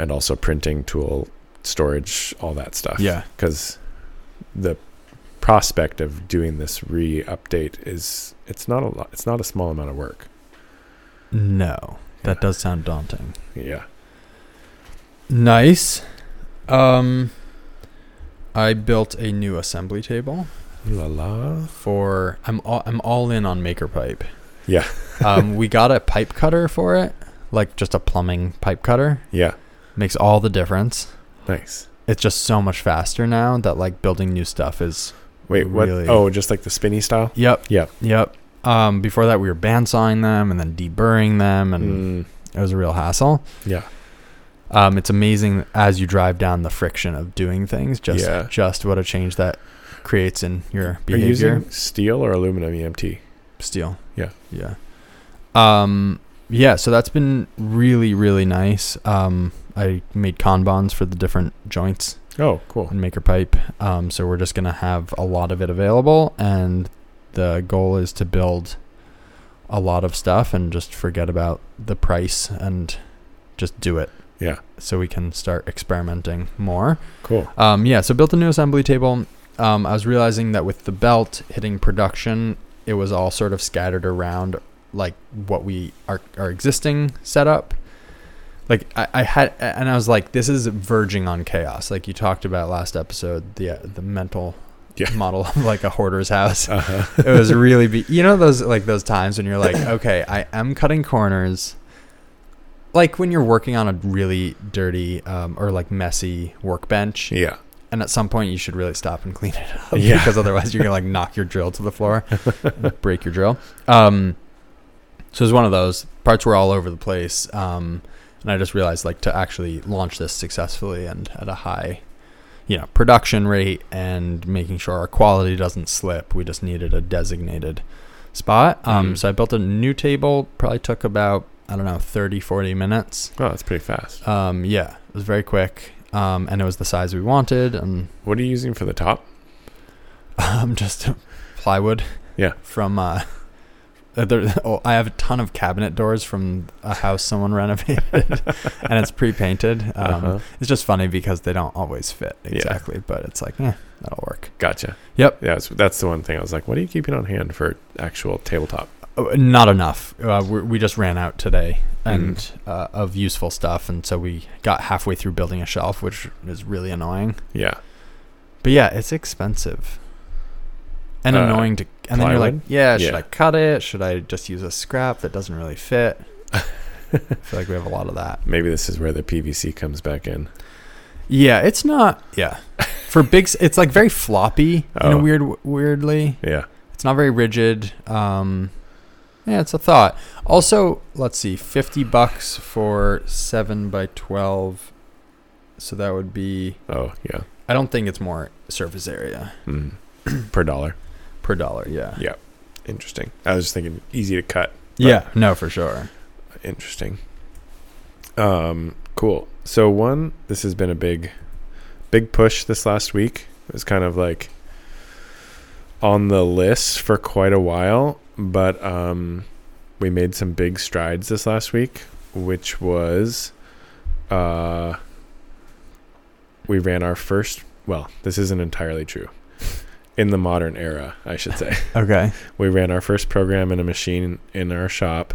B: and also printing tool storage all that stuff
A: yeah
B: because the prospect of doing this re-update is it's not a lot it's not a small amount of work
A: No, that
B: Yeah.
A: does sound daunting.
B: yeah
A: Nice. Um, I built a new assembly table
B: la la
A: for. I'm all, I'm all in on Maker Pipe.
B: Yeah.
A: um, we got a pipe cutter for it, like just a plumbing pipe cutter.
B: yeah
A: Makes all the difference.
B: nice
A: It's just so much faster now that like building new stuff is.
B: wait what
A: Really?
B: oh just like the spinny style
A: Yep.
B: Yep.
A: Yep. Um, before that, we were bandsawing them and then deburring them,
B: Mm.
A: and
B: Hmm.
A: it was a real hassle.
B: yeah
A: Um, it's amazing as you drive down the friction of doing things. Just
B: Yeah.
A: just what a change that creates in your
B: are you
A: behavior.
B: using steel or aluminum E emt
A: Steel.
B: Yeah.
A: Yeah. Um. Yeah. So that's been really really nice. Um. I made kanbans for the different joints
B: oh cool
A: and maker pipe. Um. So we're just gonna have a lot of it available, and the goal is to build a lot of stuff and just forget about the price and just do it.
B: Yeah.
A: So we can start experimenting more.
B: cool
A: Um, yeah, so built a new assembly table. Um, I was realizing that with the belt hitting production, it was all sort of scattered around like what we our our existing setup. Like I, I had, and I was like, this is verging on chaos. Like you talked about last episode, the uh, the mental
B: Yeah.
A: model of like a hoarder's house.
B: Uh-huh.
A: it was really be- you know those like those times when you're like, okay, I am cutting corners. Like when you're working on a really dirty um, or like messy workbench,
B: yeah.
A: and at some point you should really stop and clean it up
B: Yeah.
A: because otherwise you're gonna like knock your drill to the floor, break your drill. Um, so it was one of those parts were all over the place, um, and I just realized like to actually launch this successfully and at a high, you know, production rate and making sure our quality doesn't slip, we just needed a designated spot. Um,
B: Mhm.
A: So I built a new table. Probably took about I don't know 30, 40 minutes.
B: Oh, that's pretty fast.
A: Um, yeah, it was very quick. Um, and it was the size we wanted, and
B: What are you using for the top?
A: um, just plywood.
B: Yeah.
A: From uh, uh, there, oh, I have a ton of cabinet doors from a house someone renovated, and it's pre-painted. Um,
B: Uh-huh.
A: It's just funny because they don't always fit
B: Yeah.
A: exactly, but it's like, eh, that'll work.
B: Gotcha.
A: Yep.
B: Yeah, that's, that's the one thing I was like, what are you keeping on hand for actual tabletop?
A: Oh, not enough. Uh, we we just ran out today, and
B: Mhm.
A: uh, of useful stuff, and so we got halfway through building a shelf, which is really annoying.
B: Yeah.
A: But yeah, it's expensive and
B: Uh,
A: annoying to. And then you're like,
B: plywood?
A: yeah, should
B: Yeah.
A: I cut it? Should I just use a scrap that doesn't really fit? I feel like we have a lot of that.
B: Maybe this is where the PVC comes back in.
A: Yeah, it's not. Yeah, for big, s- it's like very floppy in a
B: Oh.
A: weird, weirdly.
B: Yeah.
A: It's not very rigid. Um, yeah, it's a thought. Also, let's see, fifty bucks for seven by twelve. So that would be.
B: Oh, yeah.
A: I don't think it's more surface area
B: Mm. per dollar.
A: per dollar. Yeah.
B: Interesting. I was just thinking easy to cut.
A: Yeah. No, for sure.
B: Interesting. Um, cool. So one, this has been a big, big push this last week. It was kind of like on the list for quite a while, but um, we made some big strides this last week, which was, uh, we ran our first. Well, this isn't entirely true. In the modern era, I should say.
A: Okay.
B: we ran our first program in a machine in our shop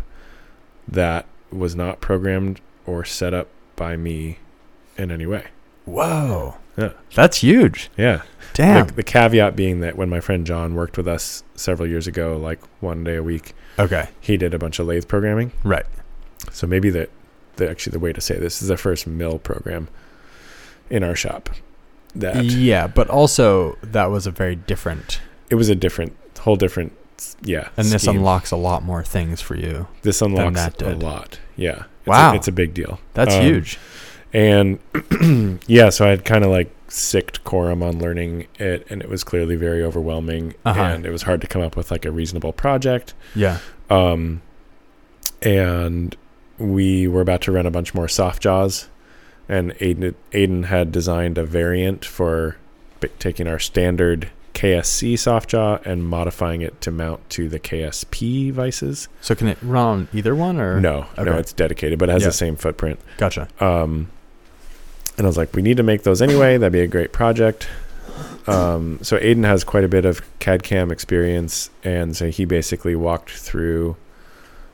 B: that was not programmed or set up by me in any way.
A: Whoa.
B: Yeah.
A: That's huge.
B: Yeah.
A: Damn.
B: The, the caveat being that when my friend John worked with us several years ago, like one day a week,
A: okay.
B: he did a bunch of lathe programming.
A: Right.
B: So maybe that the actually the way to say this is the first mill program in our shop. That
A: Yeah, but also that was a very different
B: it was a different whole different yeah.
A: and this
B: scheme.
A: unlocks a lot more things for you.
B: this unlocks
A: that
B: a
A: did.
B: lot. Yeah. It's a-
A: Wow.
B: it's a big deal.
A: That's
B: Um,
A: huge.
B: And yeah, so I had kind of like sicked quorum on learning it, and it was clearly very overwhelming,
A: Uh-huh.
B: and it was hard to come up with like a reasonable project.
A: Yeah.
B: Um, and we were about to run a bunch more soft jaws, and Aiden, Aiden had designed a variant for b- taking our standard KSC soft jaw and modifying it to mount to the KSP vices.
A: So can it run on either one or
B: No, no,
A: okay.
B: it's dedicated, but it has
A: Yeah.
B: the same footprint.
A: Gotcha.
B: Um, and I was like, we need to make those anyway. That'd be a great project. Um, so Aiden has quite a bit of CAD CAM experience. And so he basically walked through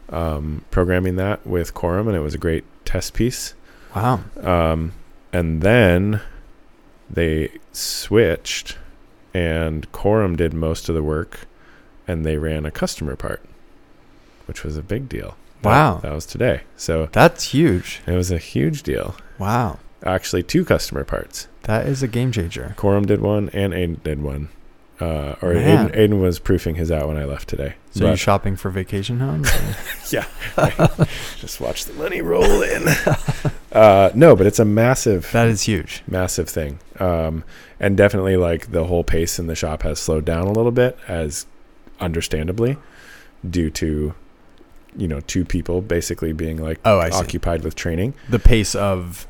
B: um, programming that with Quorum, and it was a great test piece.
A: Wow.
B: Um, and then they switched, and Quorum did most of the work, and they ran a customer part, which was a big deal. That-
A: Wow.
B: that was today. So
A: That's huge.
B: it was a huge deal
A: Wow.
B: actually two customer parts.
A: That is a game changer.
B: Quorum did one and Aiden did one. Uh, or
A: Man.
B: Aiden, Aiden was proofing his out when I left today.
A: So you
B: But
A: shopping for vacation homes?
B: just watch the money roll in. uh, no, but it's a massive,
A: that is huge.
B: massive thing. Um, and definitely like the whole pace in the shop has slowed down a little bit as understandably due to, you know, two people basically being like
A: Oh, I see.
B: occupied with training.
A: The pace of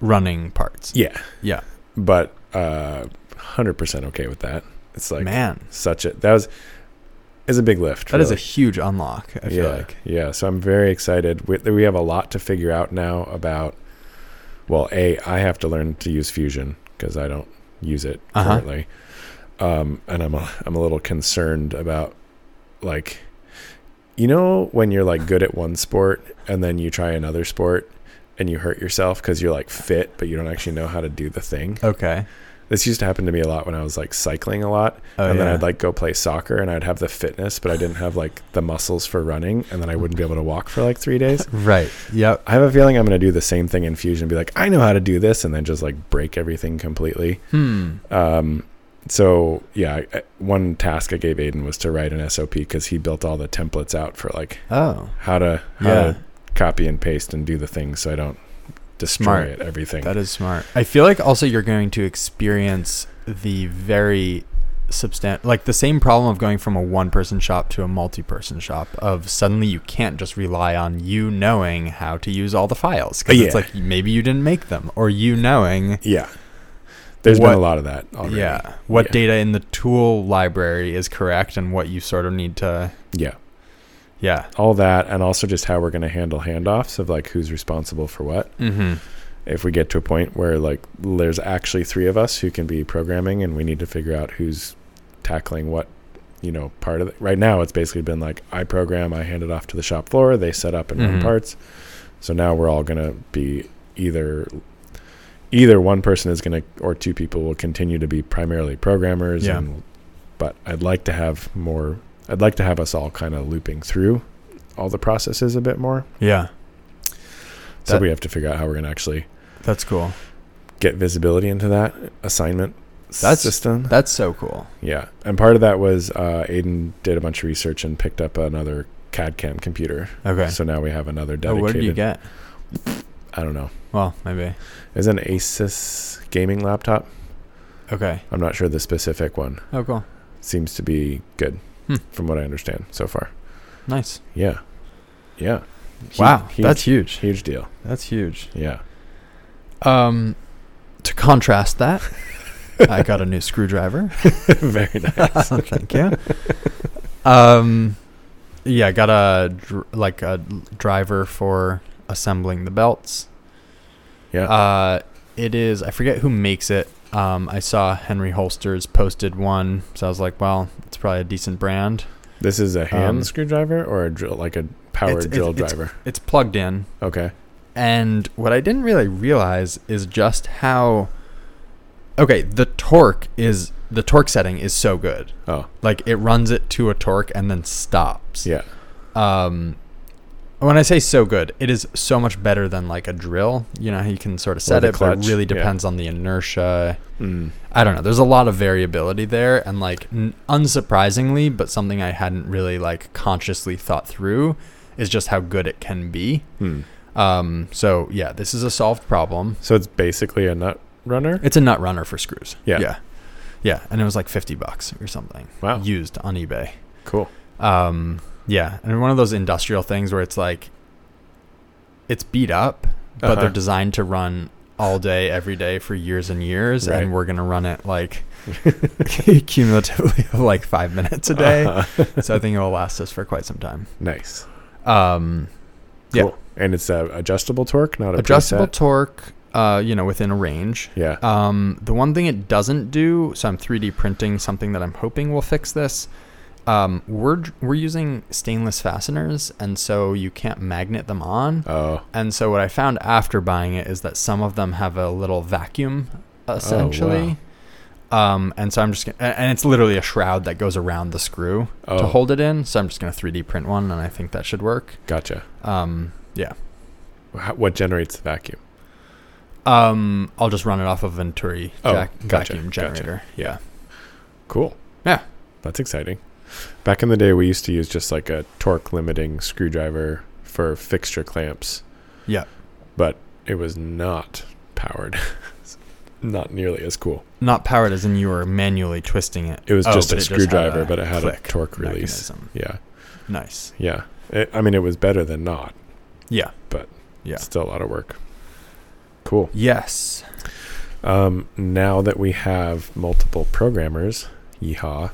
A: running parts.
B: Yeah.
A: Yeah.
B: But, uh, 100% okay with that. It's like,
A: Man,
B: such a that was is a big lift.
A: that is
B: really.
A: a huge unlock, I feel
B: yeah,
A: like.
B: yeah. So I'm very excited. We, we have a lot to figure out now about. Well, a I have to learn to use Fusion because I don't use it
A: Uh-huh.
B: currently, um, and I'm a, I'm a little concerned about like, you know, when you're like good at one sport and then you try another sport and you hurt yourself because you're like fit but you don't actually know how to do the thing.
A: Okay.
B: This used to happen to me a lot when I was like cycling a lot,
A: Oh,
B: and then
A: yeah.
B: I'd like go play soccer, and I'd have the fitness, but I didn't have like the muscles for running, and then I wouldn't be able to walk for like three days.
A: Right. Yep.
B: I have a feeling I'm going to do the same thing in Fusion, be like, I know how to do this, and then just like break everything completely.
A: Hmm.
B: Um, so yeah, I- I- one task I gave Aiden was to write an SOP because he built all the templates out for like
A: Oh.
B: how to how
A: Yeah.
B: to copy and paste and do the thing so I don't destroy
A: Smart.
B: it everything.
A: That is smart. I feel like also you're going to experience the very substan like the same problem of going from a one person shop to a multi person shop of suddenly you can't just rely on you knowing how to use all the files because it's
B: Yeah.
A: like maybe you didn't make them or you knowing
B: yeah, there's
A: What-
B: been a lot of that already.
A: yeah what
B: Yeah.
A: data in the tool library is correct and what you sort of need to
B: yeah,
A: yeah
B: all that, and also just how we're going to handle handoffs of like who's responsible for what.
A: mm-hmm.
B: If we get to a point where like there's actually three of us who can be programming, and we need to figure out who's tackling what. You know, part of it. Right now, it's basically been like I program, I hand it off to the shop floor, they set up and run
A: Mhm.
B: parts. So now we're all gonna be either either one person is gonna or two people will continue to be primarily programmers.
A: Yeah.
B: And, but I'd like to have more. I'd like to have us all kind of looping through all the processes a bit more.
A: yeah
B: so
A: That-
B: we have to figure out how we're gonna actually
A: that's cool
B: get visibility into that assignment
A: That's-
B: system.
A: that's so cool
B: yeah, and part of that was uh, Aiden did a bunch of research and picked up another CAD CAM computer.
A: okay
B: So now we have another
A: oh,
B: dedicated.
A: what did you get
B: I don't know.
A: well maybe
B: Is an Asus gaming laptop.
A: okay
B: I'm not sure the specific one.
A: oh cool
B: Seems to be good,
A: Hmm.
B: from what I understand so far.
A: nice
B: Yeah, yeah. Hu-
A: wow
B: huge,
A: that's huge
B: huge deal.
A: That's huge.
B: Yeah,
A: Um, to contrast that, I got a new screwdriver.
B: very nice.
A: Thank you. Um, yeah, I got a dr- like a driver for assembling the belts.
B: Yeah.
A: Uh, it is. I forget who makes it. Um, I saw Henry Holster's posted one, so I was like, well, it's probably a decent brand.
B: this is a hand
A: Um,
B: screwdriver or a drill, like a power
A: It's- it's-
B: drill
A: it's-
B: driver.
A: It's plugged in,
B: Okay.
A: And what I didn't really realize is just how okay, the torque is the torque setting is so good.
B: Oh.
A: Like it runs it to a torque and then stops.
B: Yeah.
A: Um when I say so good, it is so much better than like a drill. You know, you can sort of set
B: the
A: it, but
B: clutch,
A: it really
B: yeah.
A: depends on the inertia.
B: Mm.
A: I don't know. There's a lot of variability there, and like n- unsurprisingly, but something I hadn't really like consciously thought through is just how good it can be.
B: Mm.
A: Um, so yeah, this is a solved problem.
B: So it's basically a nut runner.
A: It's a nut runner for screws.
B: Yeah. Oh.
A: Yeah. Yeah. And it was like 50 bucks or something
B: Wow.
A: used on eBay.
B: cool.
A: Um, yeah. And one of those industrial things where it's like, it's beat up, but
B: Uh-huh.
A: they're designed to run all day, every day for years and years.
B: Right.
A: And we're going to run it like cumulatively of like five minutes a day.
B: Uh-huh.
A: so I think it'll last us for quite some time.
B: nice.
A: Um, Yeah.
B: Cool. And it's a adjustable torque, not a
A: adjustable
B: preset?
A: torque, uh, you know, within a range.
B: yeah.
A: Um, the one thing it doesn't do, so I'm 3D printing something that I'm hoping will fix this. Um, we're dr- we're using stainless fasteners, and so you can't magnet them on.
B: Oh.
A: And so what I found after buying it is that some of them have a little vacuum,
B: Oh,
A: essentially. Um, and so I'm just gonna, a- and it's literally a shroud that goes around the screw
B: Oh.
A: to hold it in. So I'm just gonna 3D print one, and I think that should work.
B: Gotcha.
A: Um, yeah.
B: How, what generates the vacuum?
A: Um, I'll just run it off of Venturi
B: Oh,
A: vac-
B: gotcha,
A: vacuum
B: gotcha.
A: generator. Yeah.
B: Cool.
A: Yeah.
B: That's exciting. Back in the day, we used to use just like a torque limiting screwdriver for fixture clamps.
A: Yeah.
B: But it was not powered. not nearly as cool.
A: not powered as in you were manually twisting it.
B: It was
A: Oh,
B: just
A: but
B: a
A: it had
B: screwdriver,
A: a
B: but it had a
A: click
B: torque release.
A: mechanism.
B: Yeah.
A: Nice.
B: Yeah. It, I mean, it was better than not.
A: Yeah.
B: But
A: Yeah.
B: still a lot of work. Cool.
A: Yes.
B: Um, now that we have multiple programmers, yeehaw,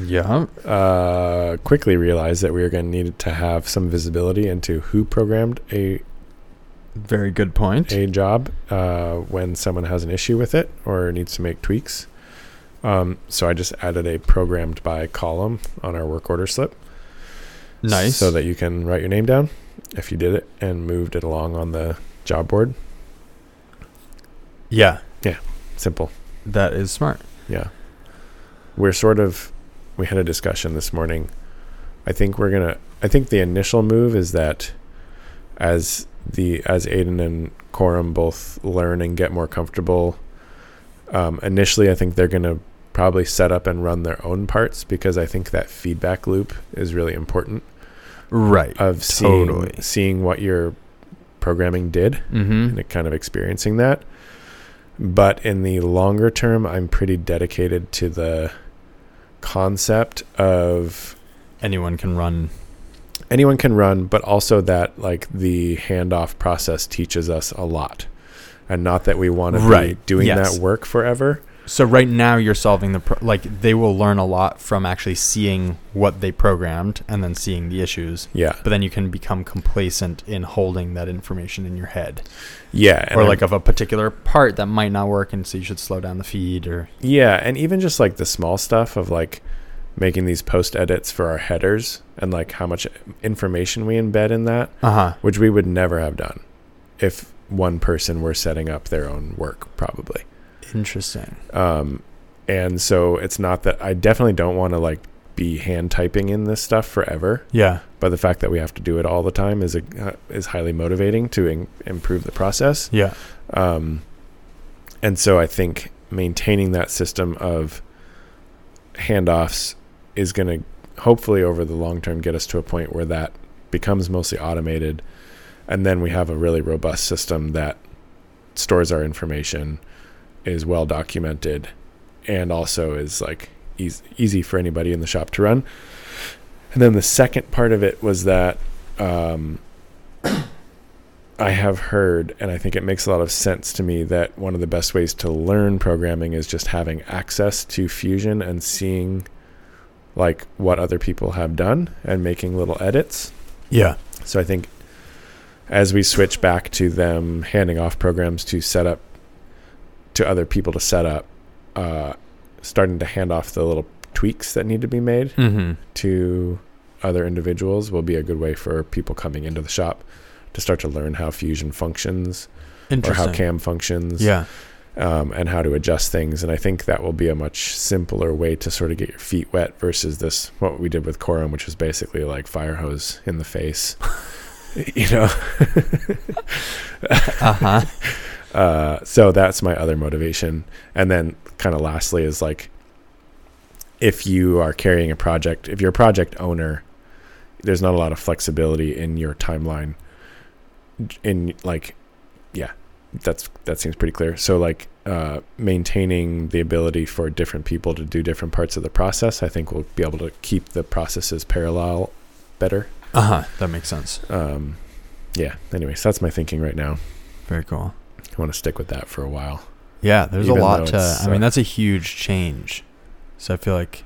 A: Yeah.
B: uh, quickly realized that we are going to need to have some visibility into who programmed a,
A: Very good point.
B: a job uh, when someone has an issue with it or needs to make tweaks. Um, so I just added a programmed by column on our work order slip.
A: nice.
B: So that you can write your name down if you did it and moved it along on the job board.
A: yeah.
B: Simple.
A: that is smart.
B: Yeah. We're sort of we had a discussion this morning. I think we're going to I think the initial move is that as the as Aiden and Corum both learn and get more comfortable um, initially I think they're going to probably set up and run their own parts because I think that feedback loop is really important
A: Right.
B: of seeing
A: Totally.
B: seeing what your programming did
A: mm-hmm.
B: and kind of experiencing that. But in the longer term, I'm pretty dedicated to the concept of
A: Anyone can run.
B: anyone can run, but also that like the handoff process teaches us a lot. And not that we want to be
A: Right,
B: doing
A: yes.
B: that work forever.
A: So right now you're solving the pro- like they will learn a lot from actually seeing what they programmed and then seeing the issues.
B: Yeah.
A: But then you can become complacent in holding that information in your head,
B: Yeah. and
A: or
B: I'm-
A: like of a particular part that might not work, and so you should slow down the feed. Or
B: Yeah, and even just like the small stuff of like making these post edits for our headers and like how much information we embed in that,
A: uh huh.
B: which we would never have done if one person were setting up their own work probably.
A: Interesting.
B: Um and so it's not that I definitely don't want to like be hand typing in this stuff forever,
A: Yeah.
B: but the fact that we have to do it all the time is a, uh, is highly motivating to in- improve the process.
A: Yeah.
B: Um, and so I think maintaining that system of handoffs is going to hopefully over the long term get us to a point where that becomes mostly automated. And then we have a really robust system that stores our information, is well documented, and also is like easy, easy for anybody in the shop to run. And then the second part of it was that um, I have heard, and I think it makes a lot of sense to me, that one of the best ways to learn programming is just having access to Fusion and seeing like what other people have done and making little edits.
A: Yeah.
B: So I think as we switch back to them handing off programs to set up to other people to set up, uh, starting to hand off the little tweaks that need to be made
A: Mm-hmm.
B: to other individuals will be a good way for people coming into the shop to start to learn how Fusion functions or
A: Interesting.
B: how CAM functions
A: yeah.
B: um, and how to adjust things. And I think that will be a much simpler way to sort of get your feet wet versus this, what we did with Quorum, which was basically like fire hose in the face. you know?
A: Uh huh.
B: Uh, so that's my other motivation. And then kind of lastly is like if you are carrying a project, if you're a project owner, there's not a lot of flexibility in your timeline in like yeah, that's that seems pretty clear. So like uh, maintaining the ability for different people to do different parts of the process, I think we'll be able to keep the processes parallel better.
A: Uh huh. That makes sense.
B: Um, yeah. Anyways, that's my thinking right now.
A: Very cool.
B: I want to stick with that for a while.
A: Yeah. There's
B: Even
A: a lot
B: though
A: to. I
B: it's,
A: mean,
B: uh,
A: that's a huge change. So I feel like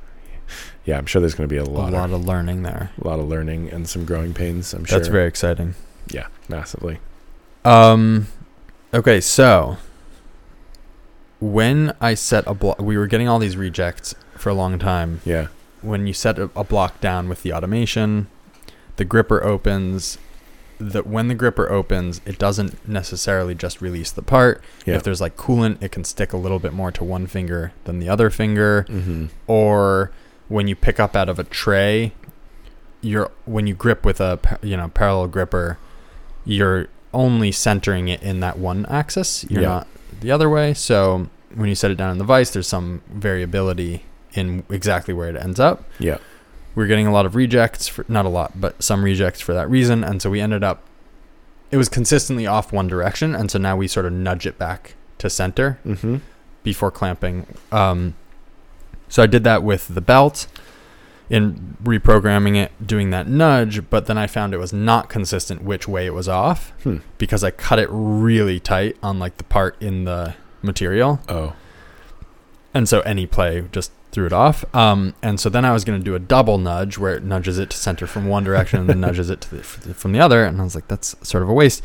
B: Yeah, I'm sure there's going to be a
A: a
B: lot,
A: lot,
B: of
A: of learning there.
B: a lot of learning and some growing pains. I'm sure.
A: That's very exciting.
B: yeah, massively.
A: Um, okay, so when I set a block, we were getting all these rejects for a long time.
B: Yeah,
A: When you set a, a block down with the automation, the gripper opens. That when the gripper opens, it doesn't necessarily just release the part.
B: Yeah.
A: If there's like coolant, it can stick a little bit more to one finger than the other finger.
B: mm-hmm.
A: Or when you pick up out of a tray, you're when you grip with a pa- you know parallel gripper, you're only centering it in that one axis. You're
B: Yeah.
A: not the other way. So when you set it down in the vise, there's some variability in exactly where it ends up.
B: Yeah.
A: We're getting a lot of rejects, for, not a lot, but some rejects for that reason. And so we ended up, it was consistently off one direction. And so now we sort of nudge it back to center
B: Mm-hmm.
A: before clamping. Um, so I did that with the belt in reprogramming it, doing that nudge, but then I found it was not consistent which way it was off
B: Hmm.
A: because I cut it really tight on like the part in the material.
B: Oh,
A: And so any play just threw it off. Um, and so then I was going to do a double nudge where it nudges it to center from one direction and then nudges it to the, f- from the other. And I was like, that's sort of a waste.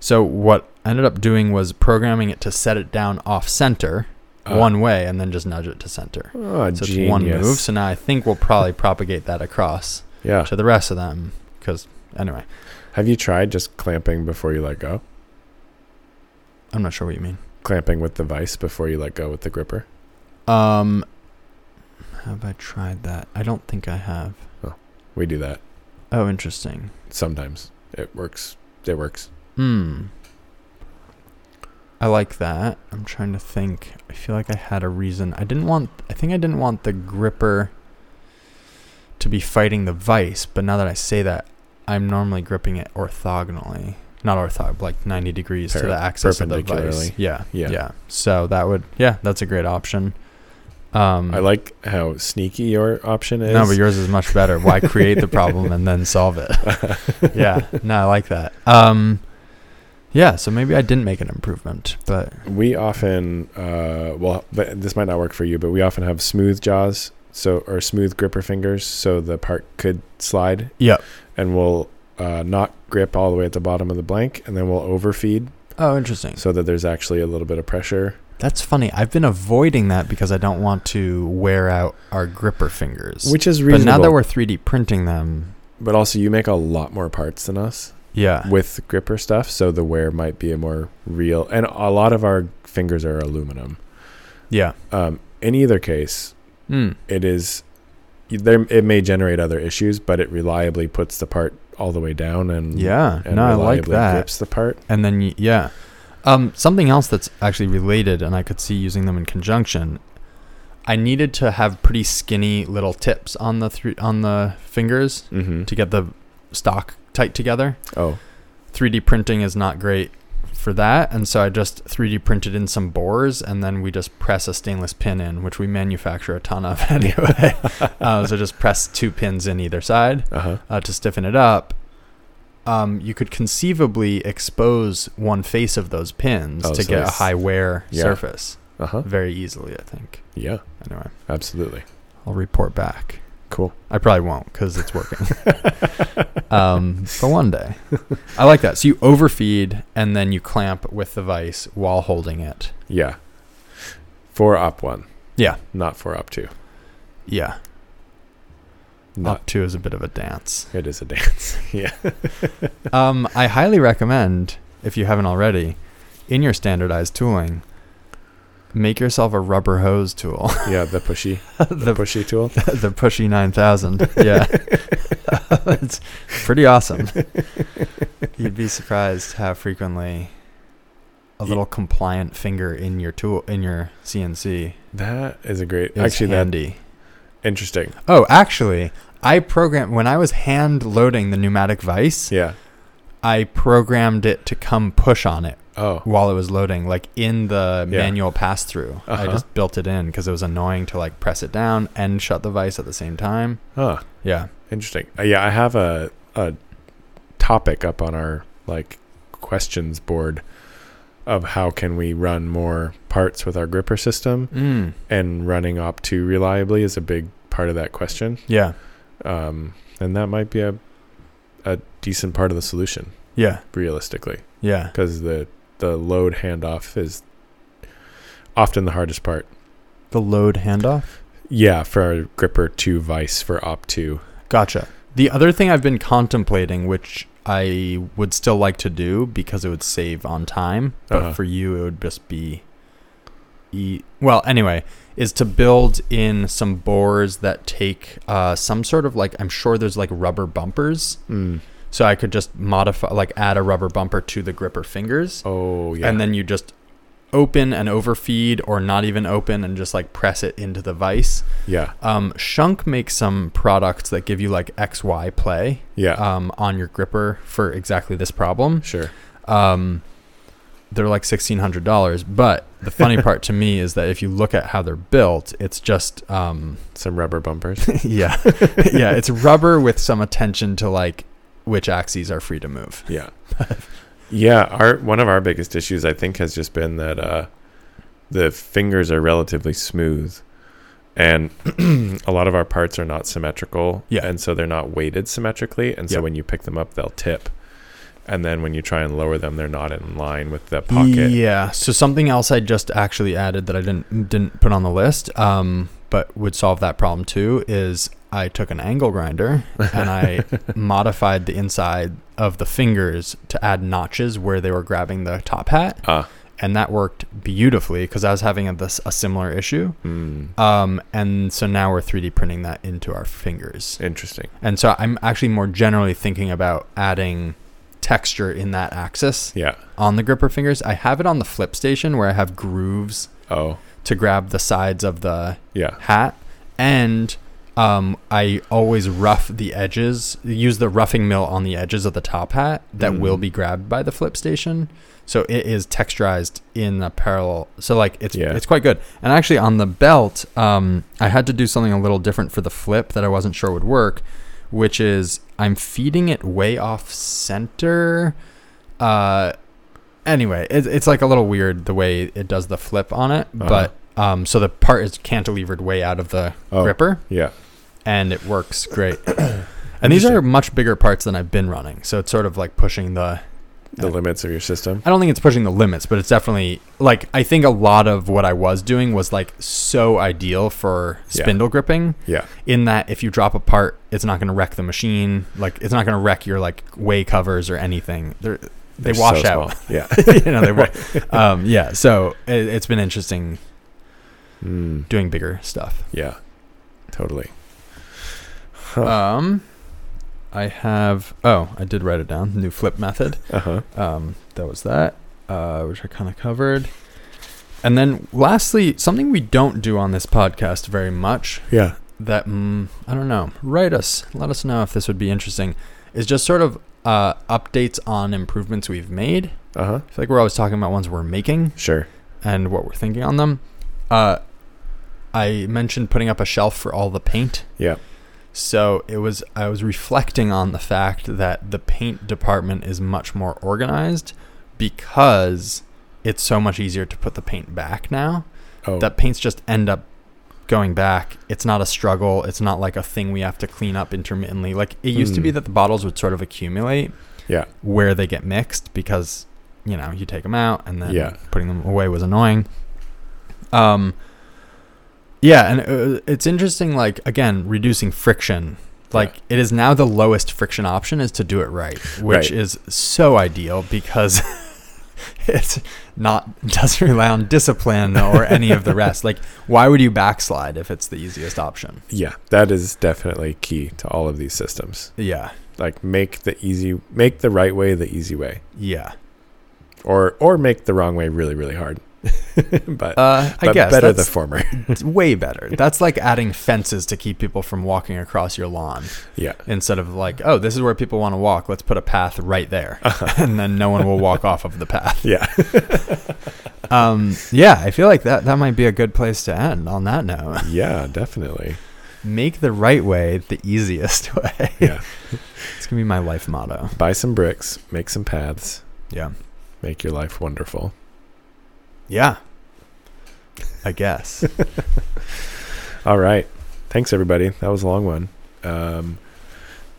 A: So what I ended up doing was programming it to set it down off center
B: uh,
A: one way and then just nudge it to center.
B: Oh,
A: So it's
B: genius.
A: one move. So now I think we'll probably propagate that across
B: Yeah.
A: to the rest of them because anyway,
B: Have you tried just clamping before you let go?
A: I'm not sure what you mean.
B: Clamping with the vice before you let go with the gripper.
A: Um, have I tried that? I don't think I have.
B: We do that
A: Oh, interesting.
B: sometimes. It works. It works.
A: Hmm. I like that. I'm trying to think. I feel like I had a reason. I didn't want. I think I didn't want the gripper to be fighting the vice. But now that I say that, I'm normally gripping it orthogonally, not orthog, like 90 degrees to
B: Par-
A: the axis of the vice.
B: perpendicularly.
A: Yeah.
B: Yeah.
A: Yeah. So that would. Yeah, that's a great option. Um,
B: I like how sneaky your option is.
A: no, but yours is much better. Why create the problem and then solve it? yeah, no, I like that. Um, yeah, so maybe I didn't make an improvement, but
B: we often uh, well but this might not work for you but we often have smooth jaws so or smooth gripper fingers so the part could slide
A: Yep.
B: and we'll uh, not grip all the way at the bottom of the blank and then we'll overfeed
A: oh, interesting.
B: so that there's actually a little bit of pressure
A: That's funny. I've been avoiding that because I don't want to wear out our gripper fingers.
B: which is
A: but
B: reasonable
A: now that we're 3D printing them,
B: but also you make a lot more parts than us
A: yeah,
B: with gripper stuff so the wear might be a more real and a lot of our fingers are aluminum
A: yeah,
B: um, in either case
A: mm,
B: it is there it may generate other issues but it reliably puts the part all the way down and
A: yeah.
B: and
A: no, I like
B: reliably
A: that.
B: grips the part
A: And then y- yeah, um, something else that's actually related, and I could see using them in conjunction. I needed to have pretty skinny little tips on the thr on the fingers
B: mm-hmm.
A: to get the stock tight together.
B: oh
A: 3D printing is not great for that. And so I just 3D printed in some bores and then we just press a stainless pin in, which we manufacture a ton of anyway. uh, so just press two pins in either side
B: uh-huh
A: uh, to stiffen it up. Um, you could conceivably expose one face of those pins
B: Oh,
A: to
B: so
A: get a
B: it's-
A: high wear
B: yeah.
A: surface
B: uh-huh
A: very easily, I think.
B: yeah
A: Anyway,
B: absolutely
A: I'll report back.
B: cool
A: I probably won't because it's working. um, but one day, I like that. So you overfeed and then you clamp with the vice while holding it.
B: yeah for op one
A: Yeah.
B: not for op two
A: Yeah,
B: not
A: up two is a bit of a dance.
B: it is a dance yeah
A: Um, I highly recommend if you haven't already, in your standardized tooling, make yourself a rubber hose tool,
B: yeah the pushy the
A: the
B: pushy tool
A: the Pushy Nine Thousand. Yeah, it's pretty awesome. You'd be surprised how frequently a
B: Ye-
A: little compliant finger in your tool in your CNC
B: that is a great
A: is
B: actually
A: handy.
B: that interesting
A: oh, actually, I programmed when I was hand loading the pneumatic vise.
B: yeah
A: I programmed it to come push on it
B: oh
A: while it was loading, like in the
B: Yeah.
A: manual pass through. I
B: Uh-huh.
A: just built it in because it was annoying to like press it down and shut the vise at the same time.
B: huh
A: Yeah.
B: Interesting. Uh, yeah, I have a a topic up on our like questions board of how can we run more parts with our gripper system
A: Mm.
B: and running op 2 reliably is a big part of that question
A: Yeah.
B: um, and that might be a a decent part of the solution
A: Yeah,
B: realistically
A: yeah,
B: because the the load handoff is often the hardest part
A: the load handoff.
B: yeah for our gripper 2 vice for op 2
A: Gotcha. The other thing I've been contemplating, which I would still like to do because it would save on time, but
B: Uh-huh.
A: for you it would just be, e- well, anyway, is to build in some bores that take uh, some sort of like I'm sure there's like rubber bumpers,
B: mm.
A: so I could just modify like add a rubber bumper to the gripper fingers,
B: oh yeah
A: and then you just open and overfeed or not even open and just like press it into the vise
B: yeah
A: Um, Shunk makes some products that give you like XY play
B: yeah
A: um, on your gripper for exactly this problem.
B: sure
A: Um, they're like sixteen hundred dollars, but the funny part to me is that if you look at how they're built, it's just um,
B: some rubber bumpers
A: yeah, yeah, it's rubber with some attention to like which axes are free to move.
B: Yeah. yeah, our one of our biggest issues I think has just been that uh the fingers are relatively smooth and a lot of our parts are not symmetrical
A: Yeah.
B: and so they're not weighted symmetrically and so
A: Yep.
B: when you pick them up they'll tip. And then when you try and lower them they're not in line with the pocket.
A: Yeah. So something else I just actually added that I didn't didn't put on the list, um, but would solve that problem too is I took an angle grinder and I modified the inside of the fingers to add notches where they were grabbing the top hat.
B: Ah.
A: and that worked beautifully because I was having a, this, a similar issue.
B: Mm,
A: Um, and so now we're 3D printing that into our fingers.
B: interesting.
A: And so I'm actually more generally thinking about adding texture in that axis
B: Yeah.
A: on the gripper fingers. I have it on the flip station where I have grooves
B: Oh,
A: to grab the sides of the
B: yeah.
A: hat and um, I always rough the edges, use the roughing mill on the edges of the top hat that
B: Mm.
A: will be grabbed by the flip station. So it is texturized in a parallel. So like it's
B: Yeah.
A: it's quite good. And actually on the belt, um, I had to do something a little different for the flip that I wasn't sure would work, which is I'm feeding it way off center. Uh, anyway, it, it's like a little weird the way it does the flip on it,
B: Uh-huh.
A: but um, so the part is cantilevered way out of the
B: Oh,
A: gripper,
B: yeah.
A: and it works great. and these are
B: Interesting.
A: much bigger parts than I've been running, so it's sort of like pushing the.
B: The limits of your system.
A: I don't think it's pushing the limits, but it's definitely like I think a lot of what I was doing was like so ideal for
B: Yeah.
A: spindle gripping.
B: Yeah.
A: In that, if you drop a part, it's not going to wreck the machine. Like it's not going to wreck your like way covers or anything. They're, they
B: They're
A: wash
B: so
A: out.
B: small. Yeah.
A: you know, they wa- um, yeah. So it, it's been interesting
B: Mm,
A: doing bigger stuff.
B: yeah. Totally. Huh.
A: Um, I have. Oh, I did write it down. New flip method.
B: Uh huh.
A: Um, that was that, uh, which I kind of covered. And then, lastly, something we don't do on this podcast very much
B: Yeah.
A: that mm, I don't know. Write us. Let us know if this would be interesting. Is just sort of uh, updates on improvements we've made.
B: Uh huh.
A: I feel like we're always talking about ones we're making.
B: Sure.
A: and what we're thinking on them. Uh, I mentioned putting up a shelf for all the paint.
B: Yeah.
A: So it was I was reflecting on the fact that the paint department is much more organized because it's so much easier to put the paint back now.
B: Oh,
A: That paints just end up going back. It's not a struggle. It's not like a thing we have to clean up intermittently. Like it used to
B: Hmm.
A: be that the bottles would sort of accumulate
B: Yeah.
A: where they get mixed because you know you take them out and then
B: Yeah.
A: putting them away was annoying um yeah and uh, it's interesting like again reducing friction like it is now the lowest friction option is to do it right which
B: Right.
A: is so ideal because it's not doesn't rely on discipline or any of the rest like why would you backslide if it's the easiest option
B: yeah. That is definitely key to all of these systems.
A: yeah
B: Like make the easy, make the right way the easy way,
A: yeah
B: or or make the wrong way really really hard. but
A: uh i
B: but
A: guess
B: better the
A: that's-
B: former.
A: It's way better. That's like adding fences to keep people from walking across your lawn
B: yeah.
A: instead of like, oh, this is where people want to walk. Let's put a path right there. and then no one will walk off of the path.
B: Yeah.
A: Um, yeah, I feel like that, that might be a good place to end on that note.
B: Yeah. Definitely.
A: Make the right way the easiest way.
B: Yeah.
A: it's going to be my life motto.
B: Buy some bricks, make some paths,
A: Yeah.
B: make your life wonderful.
A: Yeah. I guess.
B: All right. Thanks, everybody. That was a long one. Um,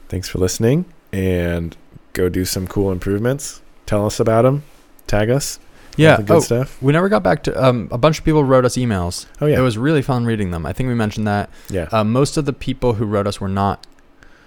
B: thanks for listening and go do some cool improvements. Tell us about them. Tag us.
A: yeah.
B: All the good
A: Oh,
B: stuff.
A: we never got back to um, a bunch of people wrote us emails.
B: Oh, yeah.
A: It was really fun reading them. I think we mentioned that.
B: yeah.
A: Uh, most of the people who wrote us were not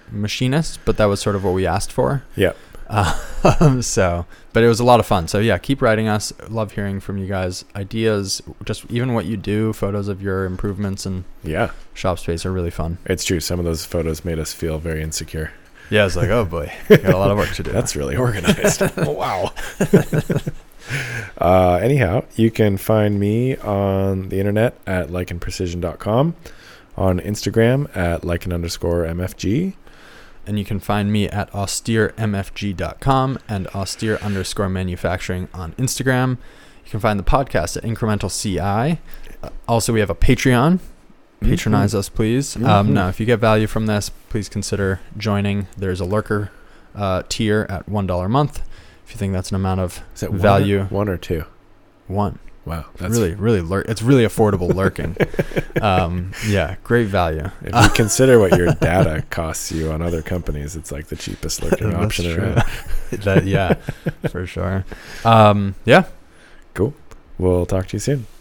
A: machinists, but that was sort of what we asked for.
B: Yeah.
A: Um, so, but it was a lot of fun. So yeah, keep writing us. Love hearing from you guys. Ideas, just even what you do, photos of your improvements and
B: yeah.
A: shop space are really fun.
B: It's true. Some of those photos made us feel very insecure.
A: Yeah, it's like, oh boy, got a lot of work to do.
B: That's really organized. Oh, wow. uh, anyhow, you can find me on the internet at likeandprecision.com, on Instagram at lichen underscore mfg.
A: and you can find me at austeremfg.com and austere underscore manufacturing on Instagram. You can find the podcast at incremental CI. Uh, also, we have a Patreon. Patronize us, please. Um,
B: Mhm.
A: now, if you get value from this, please consider joining. There's a lurker uh, tier at one dollar a month. If you think that's an amount of
B: Is that
A: Value.
B: one or, one or two?
A: one,
B: Wow,
A: really, really lurk. It's really affordable lurking. um, yeah, great value.
B: If you consider what your data costs you on other companies, it's like the cheapest looking
A: That's
B: option
A: true.
B: around.
A: That- yeah, for sure. Um, yeah.
B: We'll talk to you soon.